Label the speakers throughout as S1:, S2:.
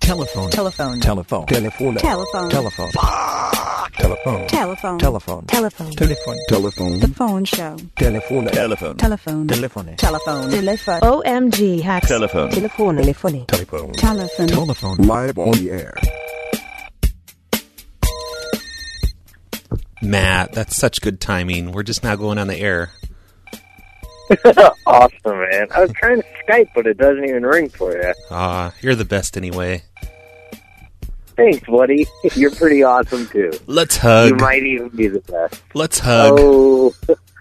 S1: telephone,
S2: telephone,
S1: telephone,
S3: telephone,
S2: telephone,
S3: telephone,
S1: telephone,
S2: telephone, telephone,
S1: telephone,
S3: telephone, telephone,
S2: the phone show,
S3: telephone, telephone,
S2: telephone,
S1: telephone,
S2: telephone, telephone,
S4: OMG hacks.
S3: Telephone.
S4: Telefon. Telefoni.
S2: telephone.
S3: telephone,
S1: telephone.
S3: live on the air.
S5: Matt, that's such good timing. We're just now going on the air.
S6: awesome, man. I was trying to Skype, but it doesn't even ring for you.
S5: Ah, you're the best anyway.
S6: Thanks, buddy. You're pretty awesome, too.
S5: Let's
S6: You
S5: hug.
S6: might even be the best.
S5: Let's hug.
S6: Oh,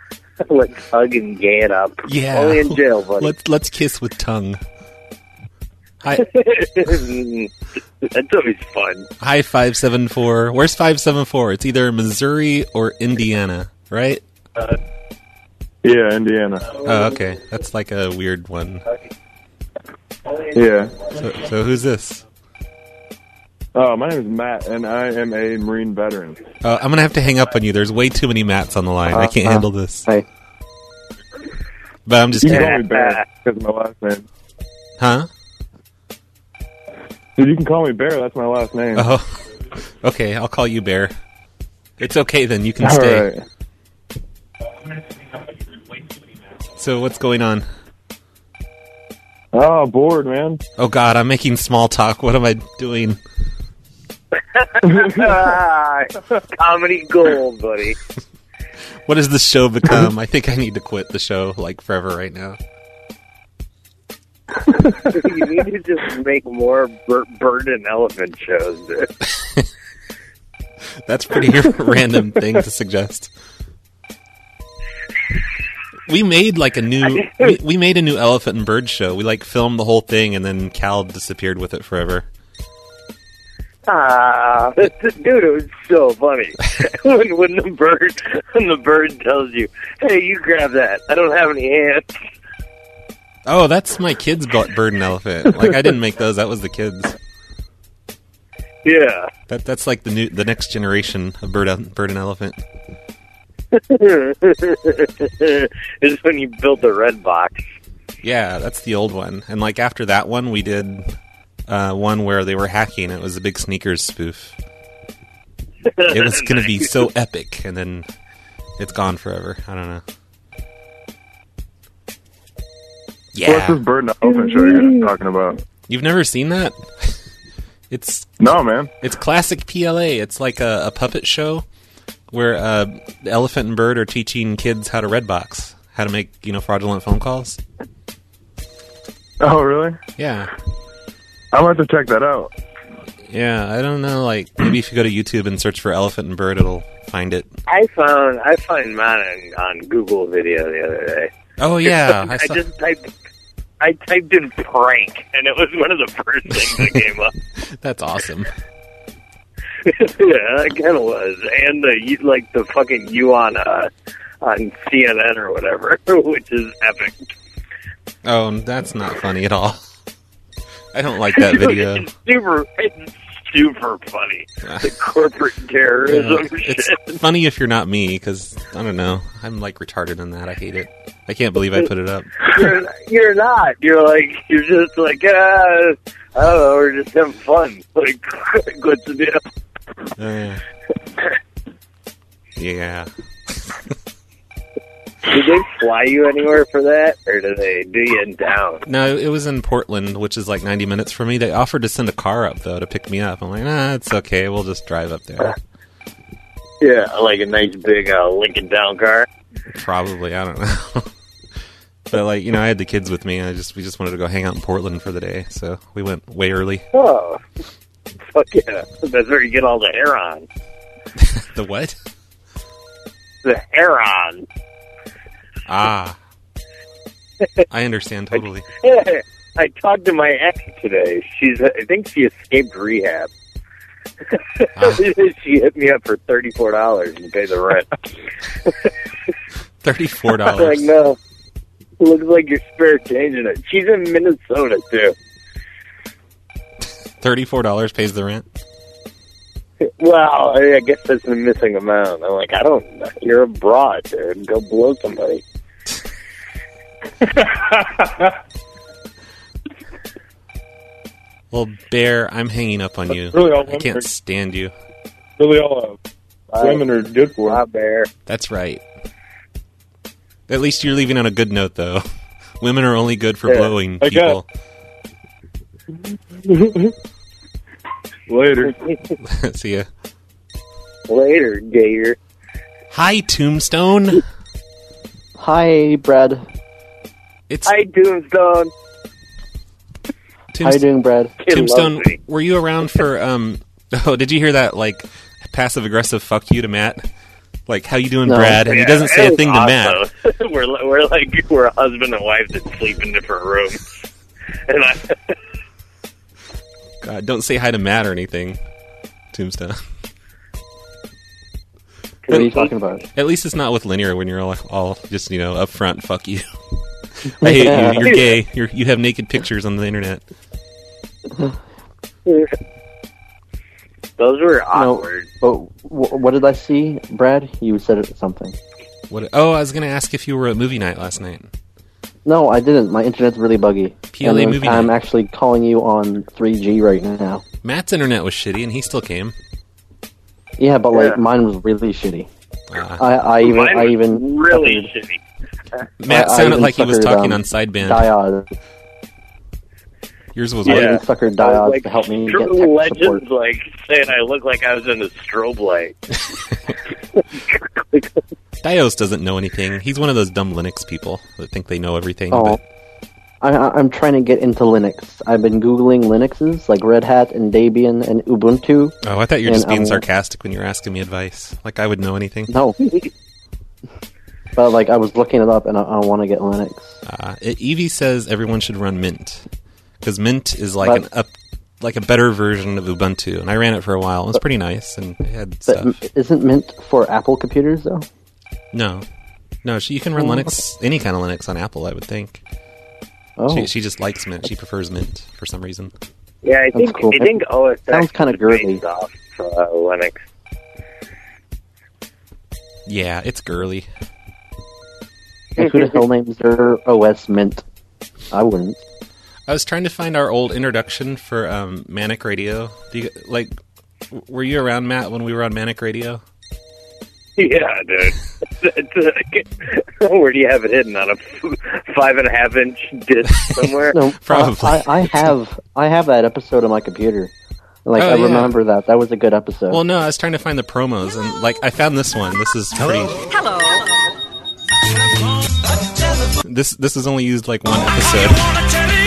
S6: let's hug and gay it up.
S5: yeah.
S6: Only in jail, buddy.
S5: Let's let's kiss with tongue. Hi,
S6: That's always fun.
S5: hi, five seven four. Where's five seven four? It's either Missouri or Indiana, right?
S7: Yeah, Indiana.
S5: Oh, okay. That's like a weird one.
S7: Yeah.
S5: So, so who's this?
S7: Uh, my name is Matt, and I am a Marine veteran.
S5: Uh, I'm gonna have to hang up on you. There's way too many mats on the line. I can't
S7: Uh, uh,
S5: handle this.
S7: hey.
S5: But I'm just
S7: You can
S5: kidding.
S7: call me Bear because my last name.
S5: Huh?
S7: Dude, you can call me Bear. That's my last name.
S5: Oh. Okay, I'll call you Bear. It's okay then. You can
S7: All
S5: stay.
S7: right.
S5: So what's going on?
S7: Oh, bored, man.
S5: Oh God, I'm making small talk. What am I doing?
S6: Ah, comedy gold, buddy.
S5: What does the show become? I think I need to quit the show like forever right now.
S6: you need to just make more bir- bird and elephant shows. dude.
S5: That's pretty random thing to suggest. We made like a new we, we made a new elephant and bird show. We like filmed the whole thing and then Cal disappeared with it forever.
S6: Ah, dude, it was so funny when when the bird when the bird tells you, "Hey, you grab that. I don't have any hands."
S5: Oh, that's my kids' bu- bird and elephant. Like I didn't make those. That was the kids.
S6: Yeah,
S5: That that's like the new the next generation of bird el- bird and elephant.
S6: it's when you built the red box.
S5: Yeah, that's the old one. And like after that one, we did uh, one where they were hacking. It was a big sneakers spoof. It was going to be so epic, and then it's gone forever. I don't know.
S7: What's this
S5: Yeah,
S7: bird and elephant show you're just talking about?
S5: you've never seen that? it's
S7: No, man.
S5: it's classic PLA. It's like a, a puppet show where uh, the elephant and bird are teaching kids how to red box, how to make you know fraudulent phone calls.
S7: Oh, really?
S5: Yeah,
S7: I'm going to have to check that out.
S5: Yeah, I don't know. Like maybe if you go to YouTube and search for elephant and bird, it'll find it.
S6: I found I found mine on, on Google Video the other day.
S5: Oh yeah,
S6: I,
S5: I saw,
S6: just typed. I typed in prank, and it was one of the first things that came up.
S5: that's awesome.
S6: yeah, it kind of was, and the like the fucking you on uh, on CNN or whatever, which is epic.
S5: Oh, that's not funny at all. I don't like that video.
S6: It's super, it's super funny. The corporate
S5: Yeah,
S6: terrorism shit.
S5: it's funny if you're not me because I don't know. I'm like retarded in that. I hate it. I can't believe I put it up.
S6: You're, you're not. You're like you're just like ah, I don't know. We're just having fun. Like what's the deal?
S5: Uh, yeah.
S6: Do they fly you anywhere for that, or do they do you in town?
S5: No, it was in Portland, which is like 90 minutes from me. They offered to send a car up though to pick me up. I'm like, nah, it's okay. We'll just drive up there.
S6: Yeah, like a nice big uh, Lincoln Town car.
S5: Probably, I don't know. but like, you know, I had the kids with me and I just we just wanted to go hang out in Portland for the day, so we went way early.
S6: Oh, fuck yeah! That's where you get all the hair on.
S5: The what?
S6: The hair on.
S5: Ah. I understand totally.
S6: I talked to my ex today. She's I think she escaped rehab.
S5: Ah.
S6: she hit me up for thirty four dollars and paid the rent.
S5: Thirty-four
S6: I'm like,
S5: dollars.
S6: no. Looks like your spare change in it. She's in Minnesota too.
S5: Thirty-four dollars pays the rent.
S6: Well, I I guess that's the missing amount. I'm like, I don't. You're abroad, dude. Go blow somebody.
S5: Well, Bear, I'm hanging up on you.
S7: really all
S5: I can't
S7: wondered.
S5: stand you.
S7: Really, all uh, women are good for.
S6: Bye, Bear.
S5: That's right. At least you're leaving on a good note, though. Women are only good for
S6: Yeah,
S5: blowing
S7: I
S5: people.
S7: Later.
S5: See ya.
S6: Later, Gator.
S5: Hi, Tombstone.
S1: Hi, Brad.
S5: It's
S6: Hi, Tombstone.
S1: How you
S5: Tombstone.
S1: doing, Brad?
S6: Kid
S5: Tombstone,
S6: loves me.
S5: were you around for um? Oh, did you hear that? Like passive aggressive fuck you to Matt. Like how you doing,
S1: No.
S5: Brad? And he
S6: Yeah,
S5: doesn't say
S6: it
S5: a
S6: was
S5: thing to Matt.
S6: awesome. we're, li- we're like we're a husband and wife that sleep in different rooms. And I,
S5: God, don't say hi to Matt or anything. Tombstone.
S1: What are you talking about?
S5: At least it's not with linear when you're all, all just you know upfront. Fuck you. I hate you. You're gay. You're, you have naked pictures on the internet.
S6: those were awkward.
S1: Oh, wh- what did I see, Brad? You said it- something.
S5: What? Oh, I was gonna ask if you were at movie night last night.
S1: No, I didn't. My internet's really buggy.
S5: PLA
S1: And
S5: movie
S1: I'm
S5: night.
S1: actually calling you on 3G right now.
S5: Matt's internet was shitty, and he still came.
S1: Yeah, but like
S6: Yeah.
S1: mine was really shitty.
S5: Uh,
S1: I, I even
S6: Mine
S1: I
S6: was
S1: even
S6: really
S1: fucking
S6: shitty.
S5: Matt
S1: I- I
S5: sounded
S1: even
S5: like he was
S1: suckered,
S5: talking
S1: um,
S5: on sideband.
S1: diode.
S5: Yours was
S1: I
S5: what?
S6: Yeah.
S1: even suckered
S6: I
S1: diode
S6: was like
S1: to help me get
S6: true
S1: tech support.
S6: legends like saying I look like I was in a strobe light.
S5: Dios doesn't know anything. He's one of those dumb Linux people that think they know everything.
S1: Oh,
S5: But
S1: I, I- I'm trying to get into Linux. I've been googling Linuxes like Red Hat and Debian and Ubuntu.
S5: oh, I thought you were
S1: And
S5: just being
S1: I'm-
S5: sarcastic when you were asking me advice. Like I would know anything.
S1: No, but like I was looking it up and I, I want to get Linux.
S5: Uh, Evie says everyone should run Mint because Mint is like
S1: But-
S5: an up, like a better version of Ubuntu. And I ran it for a while. It was pretty nice and it had
S1: But
S5: stuff.
S1: m- isn't Mint for Apple computers though?
S5: no, no, she, you can run Linux, any kind of Linux on Apple. I would think.
S1: Oh,
S5: She, she just likes Mint. She prefers Mint for some reason.
S6: Yeah, I think
S1: cool.
S6: I think OS
S1: Sounds kinda
S6: is based
S1: girly.
S6: off uh, Linux.
S5: Yeah, it's girly.
S1: like, who the hell names their OS Mint? I wouldn't.
S5: I was trying to find our old introduction for um, Manic Radio. Do you, like, w- were you around Matt when we were on Manic Radio?
S6: Yeah, dude. Where do you have it hidden on a f- five and a half inch disc somewhere?
S1: No,
S5: Probably.
S1: I, I, I have I have that episode on my computer. Like
S5: Oh,
S1: I
S5: yeah.
S1: remember that. That was a good episode.
S5: Well, no, I was trying to find the promos, and like, I found this one. This is pretty. Hello. This this is only used like one episode.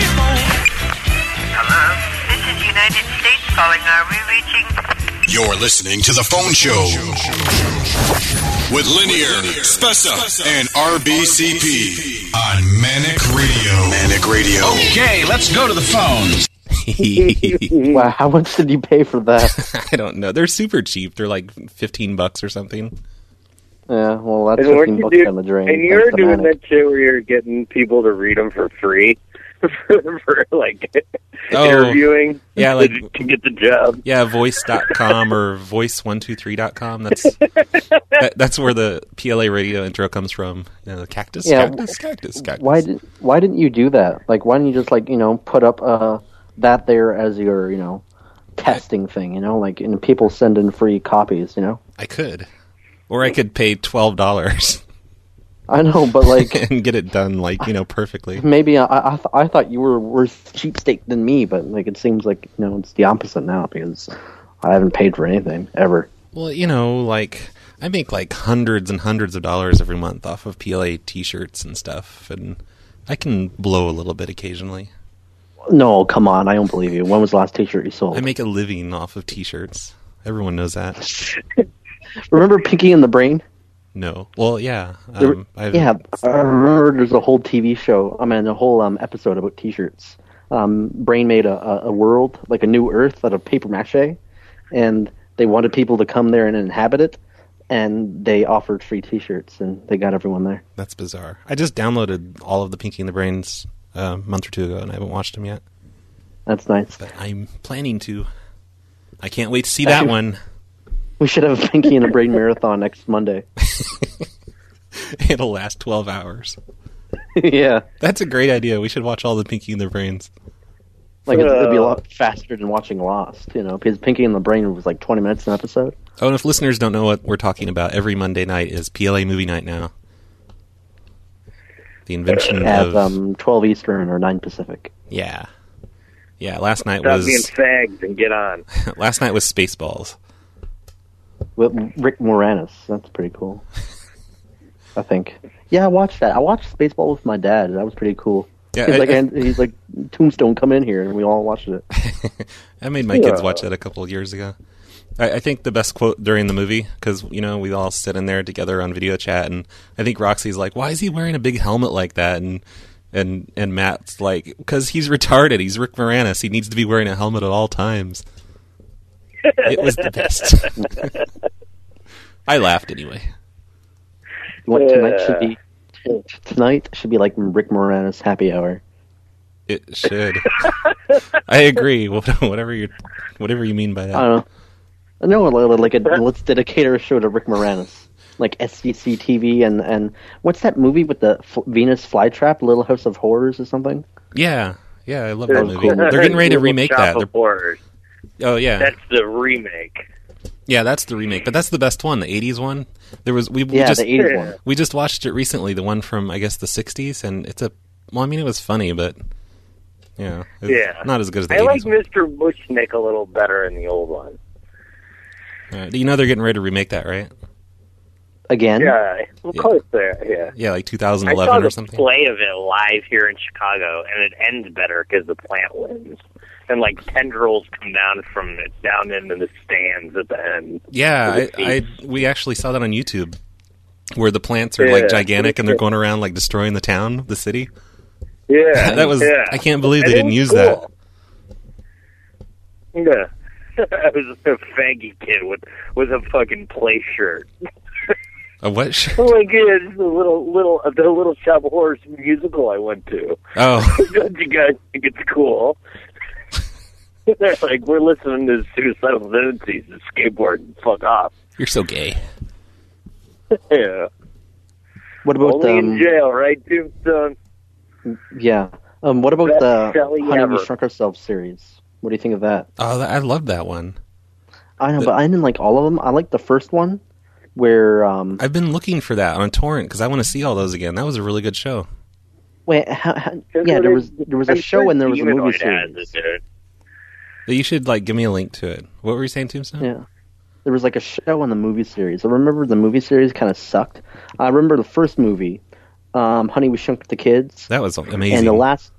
S2: This is United States calling. Are we reaching?
S8: You're listening to The Phone Show with Linear, Spessa, and RBCP on Manic Radio. Manic Radio. Okay, let's go to the phones.
S1: wow, how much did you pay for that?
S5: I don't know. They're super cheap. They're like fifteen bucks or something.
S1: yeah, well that's
S6: And,
S1: fifteen
S6: weren't you
S1: bucks
S6: do-
S1: down the drain.
S6: and you're
S1: Thanks to
S6: doing
S1: Manic.
S6: that shit where you're getting people to read them for free for, for, like
S5: Oh.
S6: interviewing.
S5: Yeah,
S6: to-
S5: like-
S6: to get the job.
S5: Yeah, voice.com or voice123.com. That's that, that's where the PLA radio intro comes from. You know, the cactus,
S1: Yeah.
S5: cactus, cactus, cactus.
S1: Why did why didn't you do that? Like why didn't you just like, you know, put up uh that there as your, you know, testing thing, you know, like and people send in free copies, you know?
S5: I could, or I could pay twelve dollars
S1: I know, but like Mm-hmm.
S5: and get it done like you know perfectly.
S1: maybe I I, th- I thought you were worse cheapskate than me, but like it seems like, you know, it's the opposite now because I haven't paid for anything ever.
S5: Well, you know, like I make like hundreds and hundreds of dollars every month off of PLA T-shirts and stuff, and I can blow a little bit occasionally.
S1: No, come on, I don't believe you. When was the last T-shirt you sold?
S5: I make a living off of T-shirts. Everyone knows that.
S1: remember Pinky and the Brain?
S5: No, well, yeah, um, I've,
S1: Yeah, I remember. There's a whole TV show. I mean, a whole um, episode about T-shirts. Um, Brain made a, a, a world like a new Earth out of paper mache, and they wanted people to come there and inhabit it. And they offered free T-shirts, and they got everyone there.
S5: That's bizarre. I just downloaded all of the Pinky and the Brains uh, a month or two ago, and I haven't watched them yet.
S1: That's nice.
S5: But I'm planning to. I can't wait to see that one.
S1: We should have a Pinky and a Brain marathon next Monday.
S5: It'll last twelve hours.
S1: yeah,
S5: That's a great idea. We should watch all the Pinky and the Brains.
S1: Like it'd, it'd be a
S6: Uh.
S1: lot faster than watching Lost, you know, because Pinky and the Brain was like 20 minutes an episode.
S5: Oh, and if listeners don't know what we're talking about, every Monday night is PLA Movie Night now. The invention
S1: at
S5: of
S1: um, 12 Eastern or 9 Pacific.
S5: yeah, yeah. Last night
S6: Stop being
S5: was
S6: fags and get on.
S5: last night was Spaceballs.
S1: With Rick Moranis. That's pretty cool. I think. Yeah, I watched that. I watched Spaceball with my dad. That was pretty cool.
S5: Yeah,
S1: he's
S5: I-
S1: like,
S5: I-
S1: and he's like, Tombstone, come in here, and we all watched it.
S5: I made my kids watch that a couple of years ago. I, I think the best quote during the movie because you know we all sit in there together on video chat, and I think Roxy's like, "Why is he wearing a big helmet like that?" and and and Matt's like, "Because he's retarded. He's Rick Moranis. He needs to be wearing a helmet at all times." it was the best. I laughed anyway.
S1: You want tonight should
S6: Yeah.
S1: be tonight should be like Rick Moranis happy hour.
S5: It should. I agree. Whatever you whatever you mean by that.
S1: I don't know. I know, like, like a, let's dedicate our show to Rick Moranis, like SCC TV, and and what's that movie with the F- Venus flytrap, Little House of Horrors, or something?
S5: Yeah, yeah, I love that movie.
S1: cool.
S5: They're getting ready to
S6: Little
S5: remake
S6: Shop
S5: that.
S6: of Horrors.
S5: They're- oh yeah,
S6: That's the remake.
S5: Yeah, that's the remake, but that's the best one, the '80s one. There was we, we
S1: Yeah,
S5: just
S1: the '80s one.
S5: we just watched it recently, the one from I guess the '60s, and it's a well, I mean it was funny, but yeah, it's
S6: Yeah.
S5: not as good as the
S6: I
S5: '80s
S6: like
S5: one.
S6: Mr. Bushnick a little better in the old one.
S5: All right. You know they're getting ready to remake that, right? Hmm?
S1: Again,
S6: Yeah, of course there. Yeah.
S5: Yeah, like
S6: I saw
S5: 2011
S6: the
S5: or something.
S6: play of it live here in Chicago, and it ends better because the plant wins, and like tendrils come down from it down into the stands at the end.
S5: Yeah,
S6: With the
S5: I, I we actually saw that on YouTube, where the plants are like
S6: Yeah.
S5: gigantic and they're going around like destroying the town, the city.
S6: Yeah,
S5: that was
S6: yeah.
S5: I can't believe
S6: And
S5: they
S6: it
S5: didn't
S6: was
S5: use
S6: cool.
S5: that.
S6: Yeah. I was a faggy kid with with a fucking play shirt.
S5: A what? sh-
S6: Oh my god, it's the little little the little shop of horrors musical I went to.
S5: Oh,
S6: Don't you guys think it's cool? They're like, we're listening to suicidal tendencies and skateboard and fuck off.
S5: you're so gay.
S6: Yeah.
S1: what about
S6: Only in
S1: um,
S6: jail, right, Tombstone?
S1: yeah, um, what about
S6: Best
S1: the
S6: Sally
S1: Honey
S6: ever.
S1: We Shrunk Ourselves series? What do you think of that?
S5: Oh, I love that one.
S1: I know, but I didn't like all of them. I like the first one where um,
S5: I've been looking for that on torrent because I want to see all those again. That was a really good show.
S1: wait, how, how, yeah, there was there was a
S6: I'm
S1: show
S6: sure
S1: and there was a movie
S6: Demonoid has
S1: series.
S6: it, dude.
S5: But you should like give me a link to it. What were you saying, Tombstone?
S1: Yeah. There was like a show and the movie series. I remember the movie series kind of sucked. I remember the first movie, um, Honey We Shrunk the Kids,
S5: That was amazing.
S1: and the last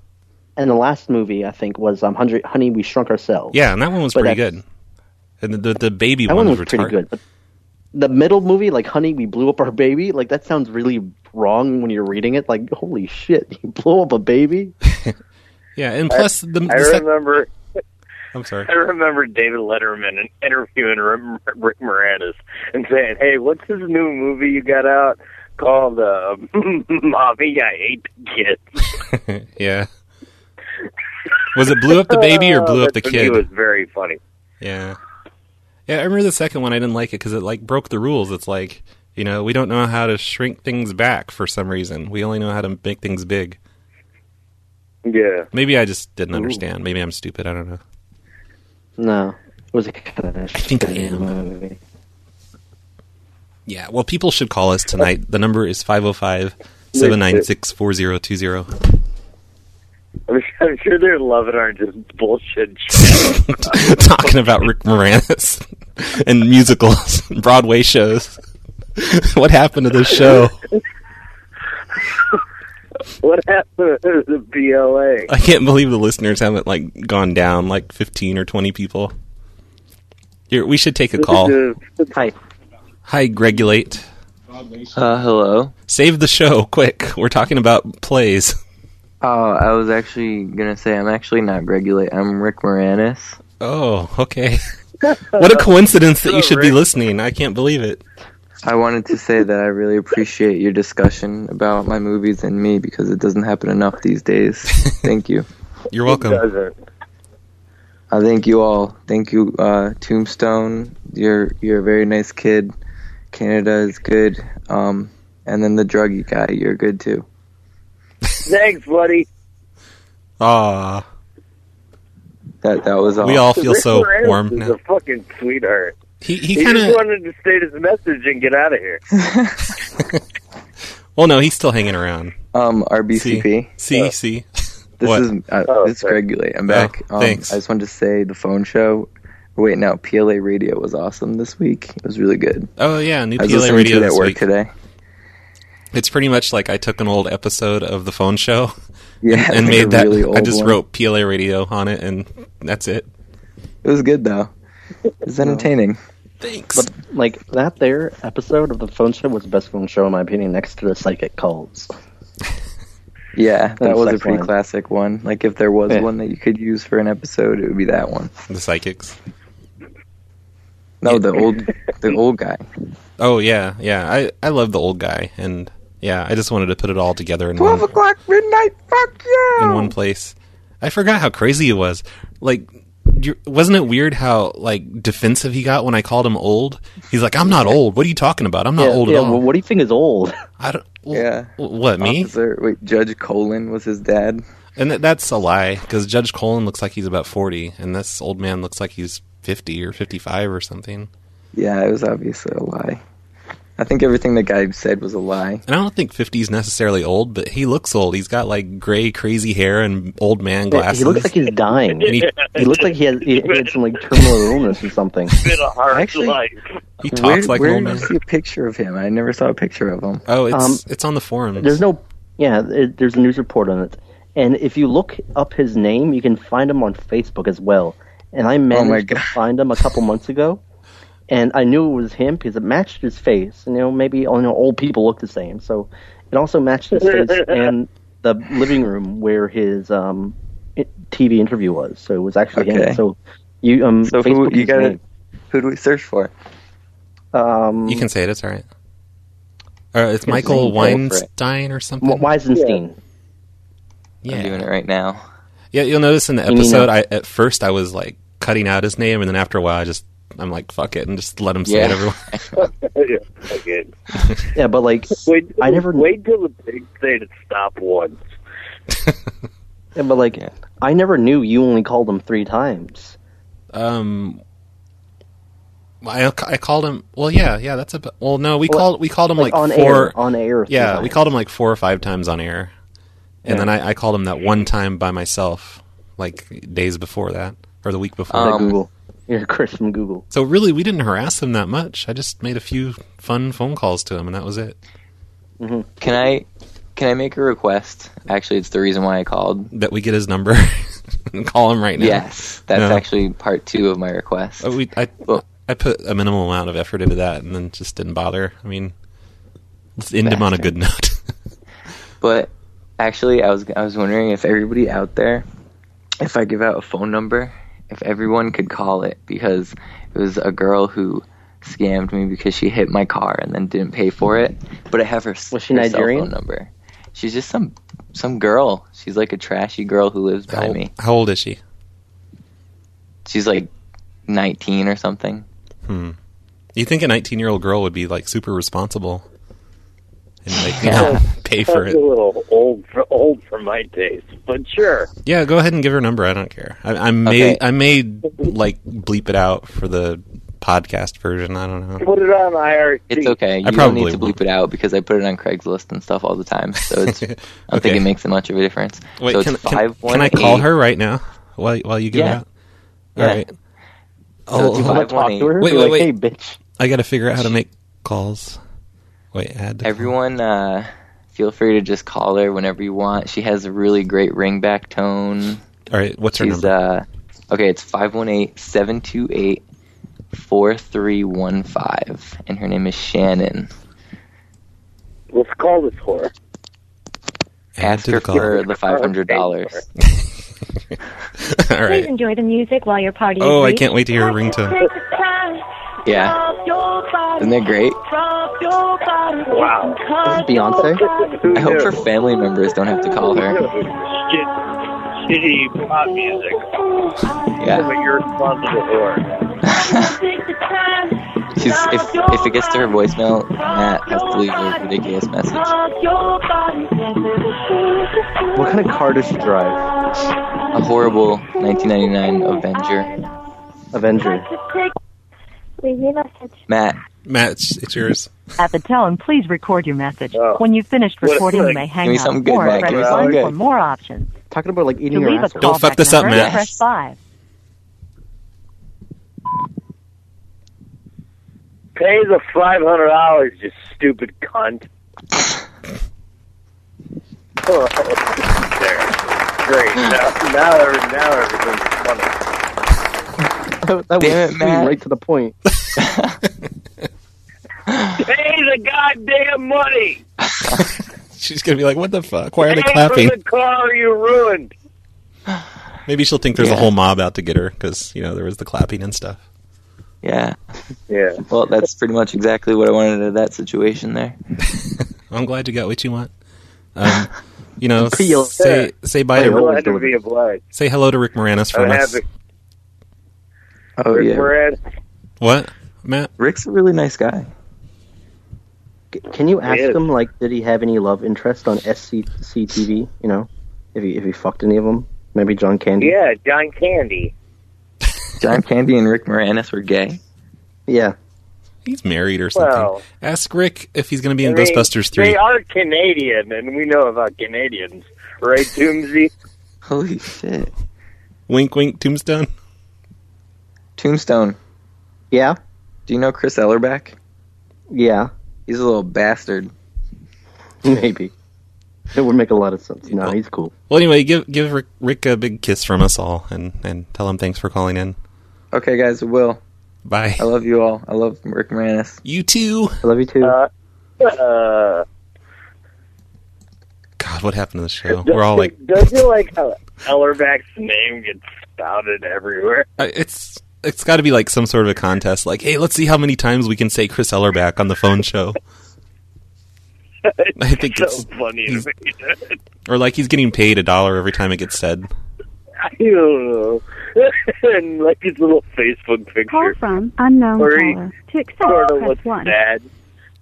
S1: and the last movie I think was um, Hundred Honey We Shrunk Ourselves.
S5: yeah, and that one was
S1: But
S5: pretty
S1: that's-
S5: good. And the the, the baby
S1: that
S5: one
S1: one
S5: retarded.
S1: was pretty good. But the middle movie, like Honey We Blew Up Our Baby, like that sounds really wrong when you're reading it. Like holy shit, you blew up a baby.
S5: Yeah, and plus the,
S6: I
S5: the sec-
S6: remember,
S5: I'm sorry.
S6: I remember David Letterman interviewing Rim- Rick Moranis and saying, "Hey, what's this new movie you got out called uh, Mommy I Hate Kids?"
S5: yeah. Was it blew up the baby or blew up the
S6: That's when He
S5: kid?
S6: was very funny.
S5: Yeah. Yeah, I remember the second one. I didn't like it because it like broke the rules. It's like you know we don't know how to shrink things back for some reason. We only know how to make things big.
S6: Yeah.
S5: Maybe I just didn't understand. Maybe I'm stupid. I don't know.
S1: No, it was a kind of. I
S5: think I am. Yeah, well, people should call us tonight. The number is 505 796 4020.
S6: I'm sure, I'm sure they're loving our just bullshit shit.
S5: Talking about Rick Moranis and musicals, Broadway shows. what happened to this show?
S6: what happened to the BLA?
S5: I can't believe the listeners haven't like gone down like 15 or 20 people. Here, we should take a call.
S6: This is-
S1: Hi.
S5: Hi, Gregulate.
S9: Uh, hello.
S5: Save the show quick. We're talking about plays.
S9: Uh, I was actually gonna say I'm actually not regulate. I'm Rick Moranis.
S5: Oh, okay. what a coincidence that you should be listening. I can't believe it.
S9: I wanted to say that I really appreciate your discussion about my movies and me because it doesn't happen enough these days. Thank you.
S5: You're welcome.
S6: doesn't.
S9: I thank you all. Thank you, uh, Tombstone. You're you're a very nice kid. Canada is good. Um, and then the druggy guy, you're good too.
S6: Thanks, buddy.
S5: Ah,
S9: That that was all.
S5: We all feel
S6: Rick
S5: so
S6: Moranis
S5: warm
S6: is
S5: now.
S6: a fucking sweetheart.
S5: He
S6: He,
S5: he kind
S6: just
S5: of
S6: wanted to state his message and get out of here.
S5: well no he's still hanging around.
S9: um
S5: See
S9: RBCP.
S5: see see.
S9: This
S5: What?
S9: is uh,
S6: Oh,
S9: this is
S6: sorry.
S9: Greg Guley. I'm back.
S5: Oh,
S9: um,
S5: thanks.
S9: I just wanted to say the phone show. Wait, no, PLA Radio was awesome this week. It was really good.
S5: Oh yeah, new
S9: I was
S5: PLA
S9: listening
S5: radio
S9: to it at
S5: this
S9: work
S5: week.
S9: today.
S5: It's pretty much like I took an old episode of the phone show
S9: Yeah,
S5: and
S9: like a
S5: made that.
S9: really old
S5: I just
S9: one.
S5: wrote PLA radio on it, and that's it.
S9: It was good though. It was entertaining.
S5: Thanks.
S1: But like that there episode of the phone show was the best phone show in my opinion, next to the psychic calls.
S9: Yeah, that
S1: And
S9: was a
S1: sex
S9: pretty
S1: line.
S9: classic one. Like if there was
S1: Yeah.
S9: one that you could use for an episode, it would be that one.
S5: the psychics.
S9: No, the old the old guy.
S5: Oh yeah, yeah. I I love the old guy, and yeah, I just wanted to put it all together in one,
S9: o'clock midnight. Fuck you.
S5: in one place. I forgot how crazy he was. Like, you- wasn't it weird how like defensive he got when I called him old? He's like, "I'm not old. What are you talking about? I'm not
S1: yeah,
S5: old
S1: yeah,
S5: at all."
S1: well, what do you think is old?
S5: I don't. Well,
S9: Yeah.
S5: What me?
S9: Officer, wait, Judge Colin was his dad.
S5: And that, that's a lie because Judge Colin looks like he's about forty, and this old man looks like he's fifty or fifty-five or something.
S9: Yeah, it was obviously a lie. I think everything that guy said was a lie.
S5: And I don't think fifty is necessarily old, but he looks old. He's got like gray, crazy hair and old man glasses.
S1: He looks like he's dying.
S5: and he,
S1: He looked like he had, he had some like terminal illness or something.
S6: Been a hard
S1: Actually-
S6: life.
S5: he talks
S9: where
S5: like
S9: where
S5: an old
S9: did
S5: man.
S9: you see a picture of him? I never saw a picture of him.
S5: Oh, it's
S1: Um,
S5: it's on the forums.
S1: There's no, yeah, it, there's a news report on it, and if you look up his name, you can find him on Facebook as well. And I
S9: Oh my
S1: managed to
S9: God.
S1: find him a couple months ago, and I knew it was him because it matched his face. You know, maybe all you know, old people look the same, so it also matched his face and the living room where his um i- TV interview was. So it was actually
S9: Okay.
S1: him. So you um
S9: So who-
S1: Facebook
S9: you
S1: his
S9: gotta-
S1: name.
S9: Who do we search for?
S1: um
S5: you can say it. It's all right. Uh, it's
S9: go
S5: Michael
S9: for it.
S5: Weinstein or something.
S1: W- Weisenstein.
S5: yeah.
S9: I'm doing it right now.
S5: Yeah, you'll notice in the
S1: mean,
S5: episode. I at first I was like cutting out his name, and then after a while, I just I'm like fuck it and just let him say
S9: Yeah.
S5: it everywhere.
S6: Yeah, okay.
S1: Yeah. but like
S6: Wait,
S1: I never-
S6: wait till the pig say to stop once.
S1: Yeah, but like, I never knew you only called him three times.
S5: Um, I, I called him. Well, yeah, yeah. That's a well. No, we
S1: Well,
S5: called we called him like,
S1: on
S5: four
S1: air, on air. three
S5: Yeah, we
S1: times.
S5: called him like four or five times on air, and
S1: Yeah.
S5: then I, I called him that one time by myself, like days before that or the week before.
S1: By
S9: Um,
S1: Google. Yeah, Chris from Google.
S5: so really, we didn't harass him that much. I just made a few fun phone calls to him, and that was it.
S9: Can I can I make a request? Actually, it's the reason why I called.
S5: That we get his number and call him right now.
S9: Yes, that's
S5: No.
S9: actually part two of my request.
S5: Uh, we I
S9: Well-
S5: I put a minimal amount of effort into that, and then just didn't bother. I mean, let's end him on a good note.
S9: But actually, I was I was wondering if everybody out there, if I give out a phone number, if everyone could call it because it was a girl who scammed me because she hit my car and then didn't pay for it. But I have her, s-
S1: Was she
S9: her
S1: Nigerian?
S9: cell phone number. She's just some some girl. She's like a trashy girl who lives by
S5: how,
S9: me.
S5: how old is she?
S9: She's like nineteen or something.
S5: You think a 19 year old girl would be like super responsible and like you know, pay for
S6: That's
S5: it?
S6: a little old for, old for my taste, but sure.
S5: Yeah, go ahead and give her number. I don't care. I, I may
S9: Okay.
S5: I may like bleep it out for the podcast version. I don't know.
S6: Put it on IRC.
S9: It's okay. You don't
S5: probably
S9: need to bleep
S5: won't.
S9: it out because I put it on Craigslist and stuff all the time. So it's, I don't think
S5: Okay.
S9: it makes much of a difference.
S5: Wait,
S9: so it's
S5: can, can,
S9: five one
S5: can I call
S9: eight-
S5: her right now while while you give it
S9: Yeah.
S5: out?
S9: Yeah.
S5: All right.
S9: So
S5: Oh,
S9: it's
S1: I'm
S9: five-
S1: gonna talk to her.
S5: Wait,
S1: be
S5: wait,
S1: like,
S5: wait.
S1: Hey, bitch.
S5: I got to figure out how to make calls. Wait, add to-
S9: Everyone, uh, feel free to just call her whenever you want. She has a really great ringback tone.
S5: All right, what's her
S9: She's
S5: number?
S9: uh, okay. It's 518-728-4315, and her name is Shannon.
S6: Let's call this whore.
S9: Ask
S5: to
S9: her
S5: the call.
S9: for the five hundred dollars.
S5: All
S10: Please
S5: right.
S10: enjoy the music while your party is
S5: Oh, I
S10: reached.
S5: can't wait to hear her ringtone.
S9: Yeah, isn't that great?
S6: Wow.
S1: Beyonce.
S9: I hope her family members don't have to call her.
S6: Shit, shitty pop music.
S9: Yeah,
S6: But you're responsible for.
S9: she's if if it gets to her voicemail, Matt has to leave a ridiculous message.
S1: What kind of car does she drive?
S9: a horrible 1999 Avenger.
S1: Avenger.
S9: Matt,
S5: Matt, it's, it's yours.
S10: At the tone, please record your message.
S6: Oh.
S10: When you've finished
S6: What a
S10: recording,
S6: flick.
S10: you may hang
S9: Give me
S10: up
S9: something good,
S10: or
S9: Mike.
S10: press
S9: Give me
S10: one for
S9: something good.
S10: more options.
S1: Talking about like
S10: To
S1: eating your
S10: leave a
S1: asshole.
S10: callback
S5: Don't fuck this up,
S10: number,
S5: Matt.
S10: press five.
S6: Pay the five hundred dollars, you stupid cunt. Oh, there. Great. Now, now, every- now everything's funny.
S1: that that
S9: Damn it,
S1: was sweet,
S9: Matt.
S1: right to the point.
S6: Pay the goddamn money.
S5: She's gonna be like, "What the fuck? Why are
S6: Pay
S5: they
S6: for
S5: clapping?"
S6: the car you ruined.
S5: Maybe she'll think there's a
S9: Yeah.
S5: whole mob out to get her because you know there was the clapping and stuff.
S9: yeah.
S6: Yeah.
S9: Well, that's pretty much exactly what I wanted out of that situation there.
S5: I'm glad you got what you want. Um, you know,
S1: Peel.
S5: say say bye
S6: I'm
S5: to
S6: glad to be obliged.
S5: say hello to Rick Moranis
S6: I'm
S5: from us.
S6: happy.
S9: Oh,
S6: Rick
S9: yeah.
S6: Moran,
S5: What, Matt?
S9: Rick's a really nice guy.
S1: C- Can you ask
S6: is.
S1: him like, did he have any love interest on SCTV? You know, if he if he fucked any of them, maybe John Candy.
S6: Yeah, John Candy.
S9: John Candy and Rick Moranis were gay.
S1: yeah.
S5: He's married or something.
S6: Well-
S5: Ask Rick if he's going to be in
S6: I mean,
S5: Ghostbusters three.
S6: They are Canadian, and we know about Canadians, right, Toomsy?
S9: Holy shit.
S5: Wink, wink, tombstone.
S9: Tombstone.
S1: Yeah.
S9: Do you know Chris Ellerback?
S1: Yeah.
S9: He's a little bastard.
S1: Maybe. It would make a lot of sense. No, he's cool.
S5: Well, anyway, give give Rick, Rick a big kiss from us all, and and tell him thanks for calling in.
S9: Okay, guys, Will.
S5: Bye.
S9: I love you all. I love Rick Moranis.
S5: You too.
S1: I love you too.
S6: Uh, uh,
S5: God, what happened to the show? We're all like,
S6: don't you like how Ellerback's name gets spouted everywhere?
S5: I- it's it's got to be like some sort of a contest. Like, hey, let's see how many times we can say Chris Ellerback on the phone show, I think
S6: so
S5: it's-
S6: funny. To
S5: he's-
S6: me.
S5: or like he's getting paid a dollar every time it gets said.
S6: I don't know. and like his little Facebook picture
S2: from unknown
S6: Sorry.
S2: To accept,
S6: sort of looks sad.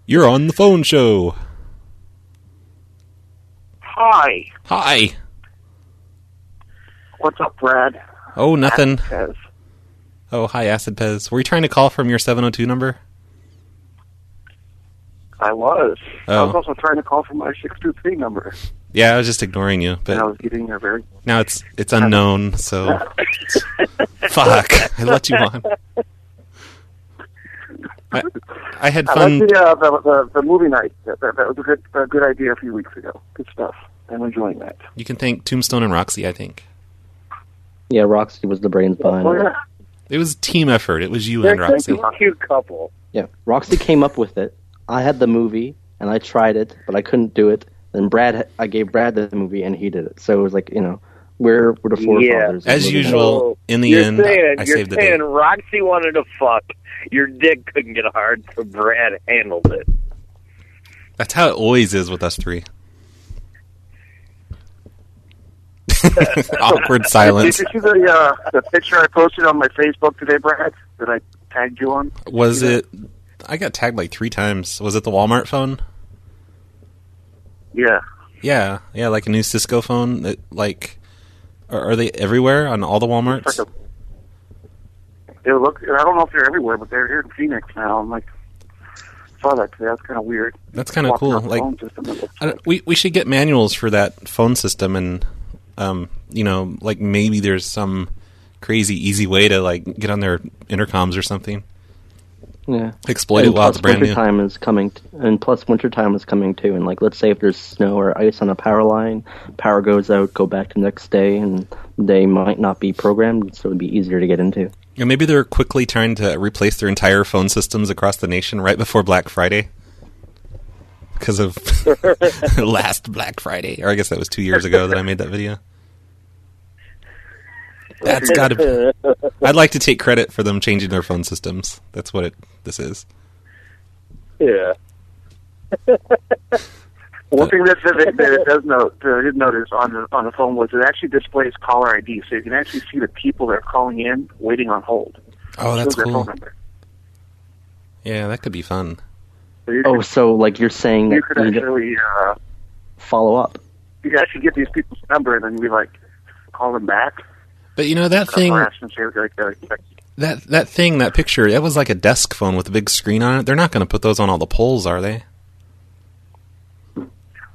S5: You're on the phone show.
S6: Hi,
S5: Hi.
S6: what's up, Brad?
S5: Oh, nothing.
S6: Says,
S5: Oh, hi, Acid Pez. Were you trying to call from your 702 number?
S6: I was.
S5: I was Oh.
S6: also trying to call from my six two three number,
S5: Yeah, I was just ignoring you, but
S6: was getting there very.
S5: now it's it's unknown. So fuck, I let you on. I, I had
S6: I
S5: fun.
S6: like the, uh, the, the the movie night. That, that, that was a good a good idea a few weeks ago. Good stuff. I'm enjoying that.
S5: You can thank Tombstone and Roxy. I think
S1: yeah, Roxy was the brains behind
S6: Oh,
S1: it.
S6: yeah.
S5: it was a team effort. It was you
S6: They're
S5: and Roxy.
S6: such a cute couple.
S1: Yeah, Roxy came up with it. I had the movie and I tried it, but I couldn't do it. Then Brad, I gave Brad the movie and he did it. So it was like you know, we're we're the forefathers. of
S5: As
S1: movie
S5: usual.
S1: night.
S6: So,
S5: in the
S6: you're
S5: end,
S6: saying,
S5: I
S6: you're
S5: saved the day.
S6: saying Roxy wanted to fuck. Your dick couldn't get hard, so Brad handled it.
S5: That's how it always is with us three. Awkward
S11: Did
S5: silence.
S11: you see the uh, the picture I posted on my Facebook today, Brad? That I tagged you on.
S5: Was it? I got tagged like three times. Was it the Walmart phone?
S11: Yeah,
S5: Yeah, yeah, like a new Cisco phone. That, like, are, are they everywhere on all the WalMarts?
S11: like it looked. I don't know if they're everywhere, but they're here in Phoenix now. I'm like, saw that today. That's kind of weird.
S5: That's kind of
S11: Walking
S5: cool.
S11: on the
S5: Like,
S11: phone system, it looks
S5: I don't- we we should get manuals for that phone system, and um, you know, like maybe there's some crazy easy way to like get on their intercoms or something.
S1: Yeah.
S5: Exploit it while it's brand new.
S1: wintertime is coming, t- and plus wintertime is coming too. And like, let's say if there's snow or ice on a power line, power goes out, go back to next day, and they might not be programmed, so it'd be easier to get into.
S5: And maybe they're quickly trying to replace their entire phone systems across the nation right before Black Friday. Because of last Black Friday, or I guess that was two years ago that I made that video. That's got to. be... I'd like to take credit for them changing their phone systems. That's what it. This is.
S6: Yeah.
S11: One thing that that, that, that it does note that I did notice on the on the phone was it actually displays caller ID, so you can actually see the people that are calling in waiting on hold.
S5: Oh,
S11: Shows
S5: that's
S11: their phone
S5: cool.
S11: number.
S5: Yeah, that could be fun.
S11: So you,
S1: Oh,
S11: could,
S1: so like you're saying that
S11: you could
S1: you need to
S11: actually uh,
S1: follow up.
S11: you could actually get these people's number and then be like, call them back.
S5: But you know that thing,
S11: Harass them, say, like, uh, like,
S5: that that thing, that picture, that was like a desk phone with a big screen on it. They're not going to put those on all the poles, are they?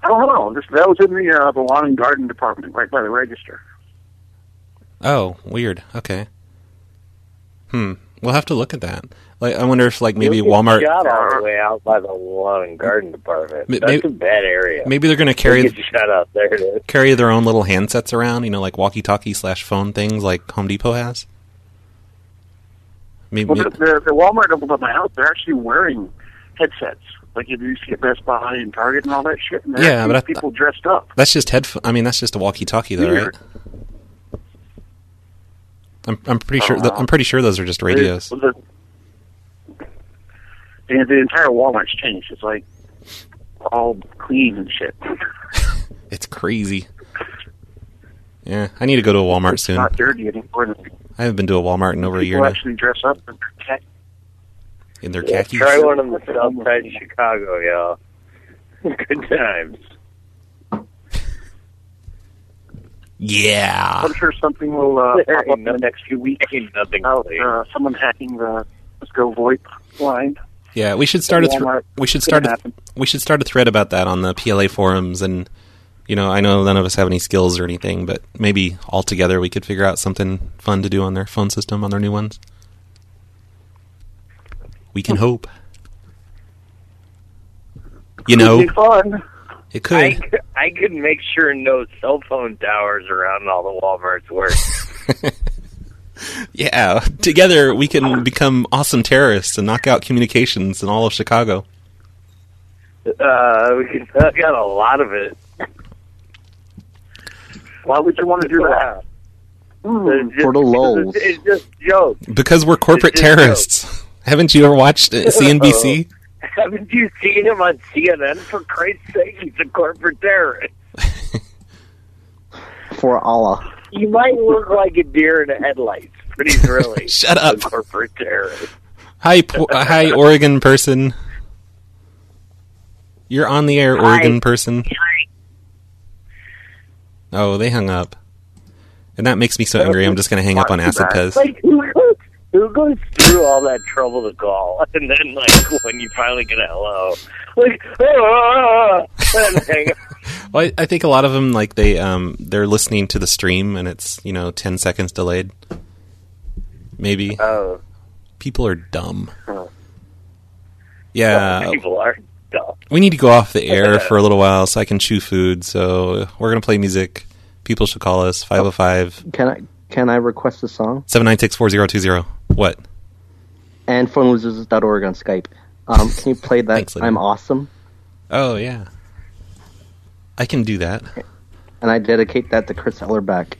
S11: I don't know. This, that was in the uh, the lawn and garden department, right by the register.
S5: Oh, weird. Okay. Hmm. We'll have to look at that. Like, I wonder if like maybe
S6: You get
S5: Walmart.
S6: shot all the way out by the lawn and garden department.
S5: May-
S6: That's
S5: may-
S6: a bad area.
S5: maybe they're gonna carry-
S6: You get shot out there. It is.
S5: carry their own little handsets around, you know, like walkie-talkie slash phone things, like Home Depot has. Maybe,
S11: Well, the, the, the Walmart over by my house, they're actually wearing headsets. Like if you see at Best Buy and Target and all that shit, and they're
S5: Yeah,
S11: actually
S5: but I-
S11: people dressed up.
S5: that's just headphone. I mean, that's just a walkie-talkie, though, right?
S11: Weird.
S5: I'm I'm pretty sure. th- I'm pretty sure those are just radios.
S11: The, the, the entire Walmart's changed. It's like all clean and shit.
S5: It's crazy. Yeah, I need to go to a Walmart soon.
S11: Not dirty anymore. And
S5: I haven't been to a Walmart in over a year
S11: people
S5: now.
S11: actually dress up and protect.
S5: In their
S6: Yeah,
S5: khakis.
S6: try one on the south side of Chicago, y'all. Good times.
S5: Yeah.
S11: I'm sure something will uh,
S6: There
S11: pop up in the next few weeks.
S6: Nothing
S11: about uh, someone hacking the Let's Go VoIP line.
S5: Yeah, we should start a thr
S11: Walmart.
S5: we should
S11: Couldn't
S5: start a,
S11: happen.
S5: we should start a thread about that on the PLA forums and you know, I know none of us have any skills or anything, but maybe all together we could figure out something fun to do on their phone system on their new ones. We can hope. You know,
S11: fun.
S5: it could.
S6: I, c- I could make sure no cell phone towers around all the Walmarts work.
S5: Yeah, together we can become awesome terrorists and knock out communications in all of Chicago.
S6: uh, we could knock out a lot of it.
S11: Why would you want to do that?
S6: It's just-
S5: For the lulz.
S6: It's, it's just jokes.
S5: Because we're corporate
S6: It's just
S5: terrorists. Haven't you ever watched uh, CNBC?
S6: Haven't you seen him on CNN? For Christ's sake, he's a corporate terrorist.
S1: for Allah.
S6: You might look like a deer in the headlights. Pretty thrilling.
S5: Shut up.
S6: A corporate terrorist.
S5: Hi, po- uh, hi, Oregon person. You're on the air, Oregon person. Oh, they hung up, and that makes me so angry. I'm just gonna hang up on acid Pez.
S6: Like, who goes, who goes through all that trouble to call? And then, like, when you finally get a hello, like, ah, and hang up.
S5: Well, I, I think a lot of them like they um they're listening to the stream and it's you know ten seconds delayed. Maybe.
S6: Oh.
S5: People are dumb. Yeah,
S6: People are dumb.
S5: we need to go off the air for a little while so I can chew food. So we're gonna play music. People should call us five zero five
S1: Can I can I request a song?
S5: seven nine six four zero two zero. What?
S1: And phonelosers.org on Skype. Um, can you play that? I'm awesome,
S5: Oh yeah, I can do that.
S1: and I dedicate that to Chris Ellerback.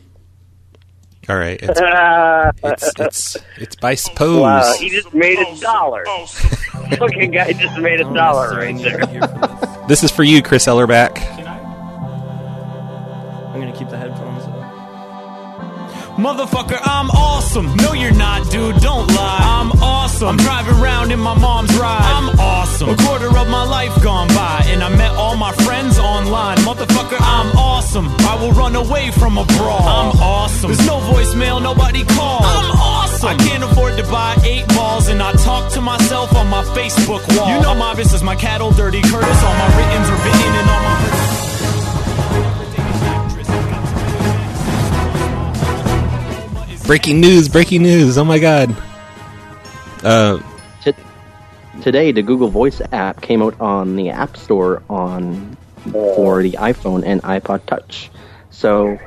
S5: All right, it's it's it's, it's by Spose.
S6: Wow, he just made a dollar. Fucking guy just made a dollar right there.
S5: This is for you, Chris Ellerback.
S12: I'm gonna keep the headphones on.
S13: Motherfucker, I'm awesome. No, you're not, dude. Don't lie. I'm awesome. I'm driving around in my mom's ride. I'm awesome. A quarter of my life gone by, and I met all my friends online. Motherfucker, I'm awesome. I will run away from a brawl. I'm awesome. There's no voicemail, nobody calls. I'm awesome. I can't afford to buy eight balls, and I talk to myself on my Facebook wall. You know my business, my cattle dirty Curtis. All my writtens are written, and all my.
S5: Breaking news! Breaking news! Oh my god. Uh,
S1: T- today, the Google Voice app came out on the App Store on for the iPhone and iPod Touch. So